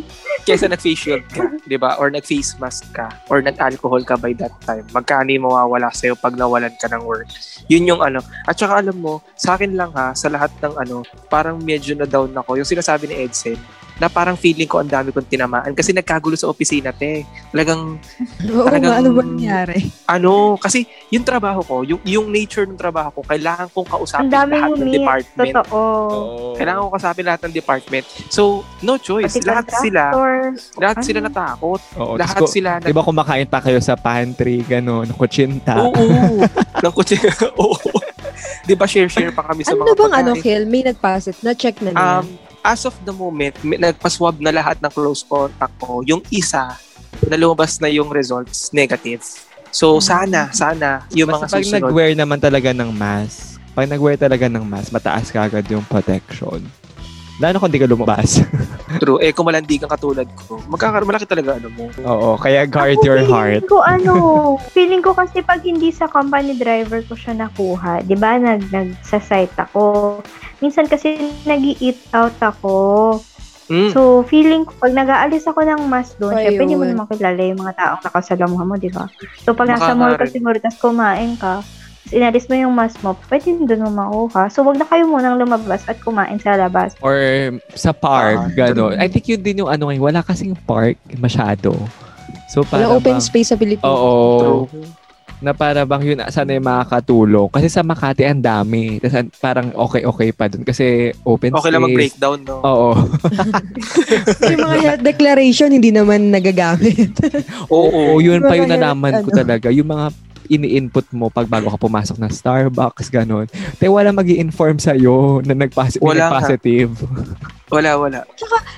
Speaker 2: kesa nag-face shield ka, di ba? Or nag-face mask ka, or nag-alcohol ka by that time, magkano yung mawawala sa'yo pag nawalan ka ng work? Yun yung ano. At saka alam mo, sa akin lang ha, sa lahat ng ano, parang medyo na down ako. Yung sinasabi ni Edson, na parang feeling ko ang dami kong tinamaan kasi nagkagulo sa opisina te. Talagang
Speaker 3: Oo
Speaker 2: Talagang-
Speaker 3: nga, ano ba nangyari?
Speaker 2: ano kasi yung trabaho ko, yung yung nature ng trabaho ko, kailangan kong kausapin
Speaker 4: Ang daming
Speaker 2: lahat ng
Speaker 4: umiyak.
Speaker 2: department.
Speaker 4: Totoo.
Speaker 2: Kailangan ko kausapin lahat ng department. So, no choice.
Speaker 4: Pati
Speaker 2: lahat sila,
Speaker 4: contractor.
Speaker 2: lahat
Speaker 4: Ano?
Speaker 2: sila natakot.
Speaker 1: Oo,
Speaker 2: lahat
Speaker 1: tapos Oh, ko- Diba?
Speaker 2: sila na...
Speaker 1: Di ba kumakain pa kayo sa pantry, ganun, kutsinta?
Speaker 2: Oo. ng kutsi. Oo. Di ba share-share pa kami sa
Speaker 3: Ano
Speaker 2: mga
Speaker 3: bang ano,
Speaker 2: pagkain?
Speaker 3: Kel? May nagpasit. Na-check na nila.
Speaker 2: Um, as of the moment, may- nagpaswab na lahat ng close contact ko. Yung isa, na lumabas na yung results negative. So,
Speaker 4: Hmm.
Speaker 2: sana, sana, yung mga
Speaker 1: Basta pag
Speaker 2: susunod.
Speaker 1: nag-wear naman talaga ng mask, pag nag-wear talaga ng mask, mataas ka agad yung protection. Lalo kung di ka lumabas.
Speaker 2: True. Eh, kung malandigan katulad ko, magkakaroon malaki talaga, ano mo.
Speaker 1: Oo, kaya guard
Speaker 4: Ako,
Speaker 1: your
Speaker 4: feeling
Speaker 1: heart.
Speaker 4: ko ano, feeling ko kasi pag hindi sa company driver ko siya nakuha, 'di ba? Nag nagsasite ako. Minsan kasi nag-eat out ako.
Speaker 2: Mm.
Speaker 4: So, feeling ko, pag nag-aalis ako ng mask doon,
Speaker 3: Ay,
Speaker 4: syempre hindi mo
Speaker 3: yun.
Speaker 4: naman kilala yung mga taong nakasalamuha mo, di ba? So, pag
Speaker 2: Baka
Speaker 4: nasa mall
Speaker 2: nga
Speaker 4: ka
Speaker 2: rin.
Speaker 4: siguro, tapos kumain ka, tapos inalis mo yung mask mo, pwede doon mo makuha. So, wag na kayo munang lumabas at kumain sa labas.
Speaker 1: Or sa
Speaker 2: Ah,
Speaker 1: park, gano'n.
Speaker 2: true.
Speaker 1: I think yun din yung ano ngayon, wala kasing park masyado. So, para
Speaker 3: Walang open
Speaker 1: bang-
Speaker 3: space sa Pilipinas.
Speaker 1: Oo.
Speaker 2: True.
Speaker 1: na para bang yun sana yung makakatulong kasi sa Makati ang dami Tapos an- parang okay-okay pa dun kasi open
Speaker 2: Okay
Speaker 1: space
Speaker 2: lang mag-breakdown, no?
Speaker 1: oo
Speaker 3: Yung mga health declaration, hindi naman nagagamit.
Speaker 2: Oh,
Speaker 1: oo yun pa yung
Speaker 3: Mga
Speaker 1: nalaman ko
Speaker 3: ano.
Speaker 1: talaga yung mga ini-input mo pag bago ka pumasok ng Starbucks ganun te wala mag inform sa iyo na nag-posi- may
Speaker 2: Wala ka.
Speaker 1: nag-positive
Speaker 2: Wala, wala.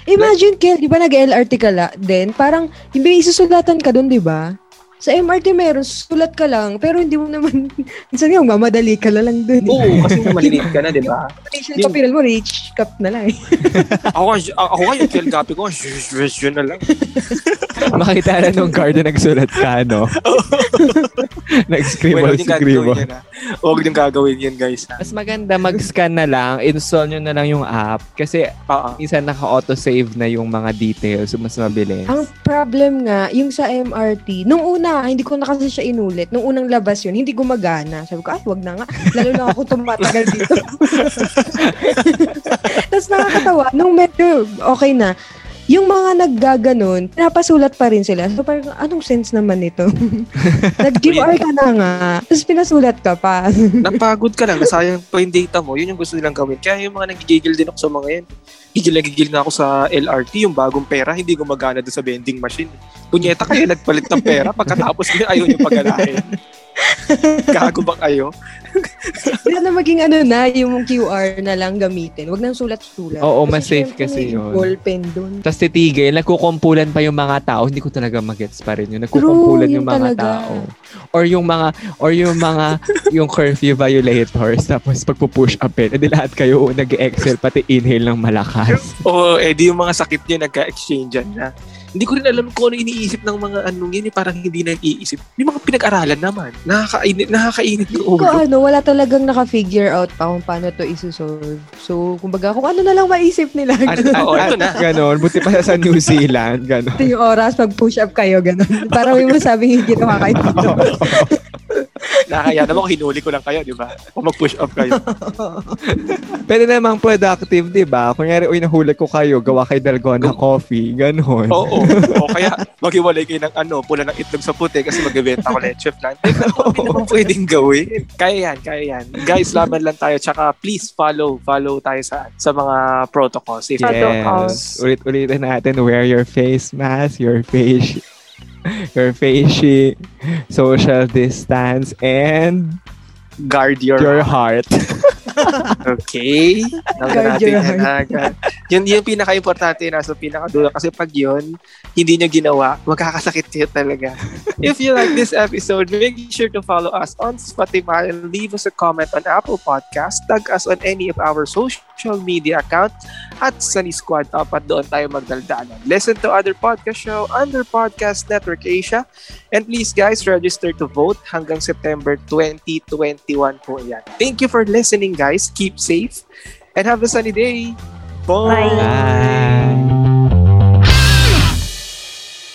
Speaker 3: Imagine, Kel, di ba nag-LRT ka la, din? Parang, yung may isusulatan ka doon, di ba? Sa MRT meron, sulat ka lang, pero hindi mo naman, minsan yung mamadali ka na lang dun.
Speaker 2: Oo, kasi maliliit ka na, di ba?
Speaker 3: Station kapiral mo, reach cup na lang eh.
Speaker 2: ako, ako nga yung kilgapi ko, yun na lang.
Speaker 1: Makita na nung garden nagsulat ka, no? Nag-scribble,
Speaker 2: Well, huwag niyong gagawin
Speaker 1: scribble.
Speaker 2: yun, ah. Huwag niyong gagawin yun, guys. ah.
Speaker 1: Mas maganda mag-scan na lang, install nyo na lang yung app. Kasi
Speaker 2: Oo.
Speaker 1: minsan naka-auto-save na yung mga details, so mas mabilis.
Speaker 3: Ang problem nga, yung sa MRT, nung una, hindi ko na kasi siya inulit. Nung unang labas yun, hindi gumagana. Sabi ko, ay, wag na nga. Lalo na ako tumatagal dito. Tapos nakakatawa, nung medyo okay na, yung mga naggaganon, pinapasulat pa rin sila. So parang, anong sense naman nito? Nag-QR ka na nga, tapos pinasulat ka pa.
Speaker 2: Napagod ka lang, nasayang pa yung data mo. Yun yung gusto nilang gawin. Kaya yung mga nagigigil din ako sa mga yan. Gigil na gigil na ako sa LRT, yung bagong pera, hindi gumagana doon sa vending machine. Punyeta kayo, nagpalit ng pera. Pagkatapos yun, ayaw nyo pagalahin. Gago ba kayo?
Speaker 3: Sila na maging ano na, yung QR na lang gamitin. Wag nang sulat-sulat.
Speaker 1: Oo,
Speaker 3: Kasi
Speaker 1: mas safe
Speaker 3: syempre,
Speaker 1: kasi
Speaker 3: may
Speaker 1: yun.
Speaker 3: Ball pen dun.
Speaker 1: Tapos titigil, nagkukumpulan pa yung mga tao. Hindi ko talaga magets pa rin yun. Nagkukumpulan
Speaker 3: True,
Speaker 1: yung
Speaker 3: yun
Speaker 1: mga
Speaker 3: talaga.
Speaker 1: tao. Or yung mga, or yung mga, yung curfew violators. Tapos pagpupush upin, edi lahat kayo nag-exhale, pati inhale ng malakas.
Speaker 2: Oo, eh di yung mga sakit niya nagka-exchangean na. Hindi ko rin alam kung ano iniisip ng mga anong yun, eh, parang hindi na iisip. May mga pinag-aralan naman. Nakakainit, nakakainit ng
Speaker 3: Ko
Speaker 2: ulo.
Speaker 3: ano, wala talagang naka-figure out pa kung paano to isusolve. So, kumbaga, kung ano na lang maisip nila. Ganun.
Speaker 2: Oo, ah, oh, ito na.
Speaker 1: Ganon. Buti pa sa New Zealand. Ganon.
Speaker 3: Ito yung oras, mag-push up kayo, gano'n. Para may masabing hindi ito kakaintindi.
Speaker 2: Nakakaya naman kung hinuli ko lang kayo, di ba? Kung mag-push up kayo.
Speaker 1: Pwede namang productive, di ba? Kunyari, uy, nahulog ko kayo, gawa kay Dalgona coffee, ganon.
Speaker 2: Oo. o kaya maghiwalay kayo ng ano, pula ng itlog sa puti kasi magbebenta ako leche flan. Eh, ano hindi naman pwedeng gawin? Kaya yan, kaya yan. Guys, laban lang tayo. Tsaka please follow, follow tayo sa sa mga protocols. Safety
Speaker 1: Yes.
Speaker 2: protocols.
Speaker 1: Ulit-ulitin natin, wear your face mask, your face your face sheet, social distance, and
Speaker 2: Guard your,
Speaker 1: your heart.
Speaker 2: Okay. Nalaman
Speaker 3: Guard
Speaker 2: natin
Speaker 3: your
Speaker 2: yan agad. Yun, yung pinaka-importante na sa pinakadulo kasi pag yun, hindi nyo ginawa, magkakasakit kayo talaga. If you like this episode, make sure to follow us on Spotify and leave us a comment on Apple Podcast. Tag us on any of our social media account at Sunny Squad Up at doon tayo magdaldalan. Listen to other podcast show under Podcast Network Asia. And please guys, register to vote hanggang September 2021 po yan. Thank you for listening guys. Keep safe and have a sunny day.
Speaker 4: Bye.
Speaker 1: Bye.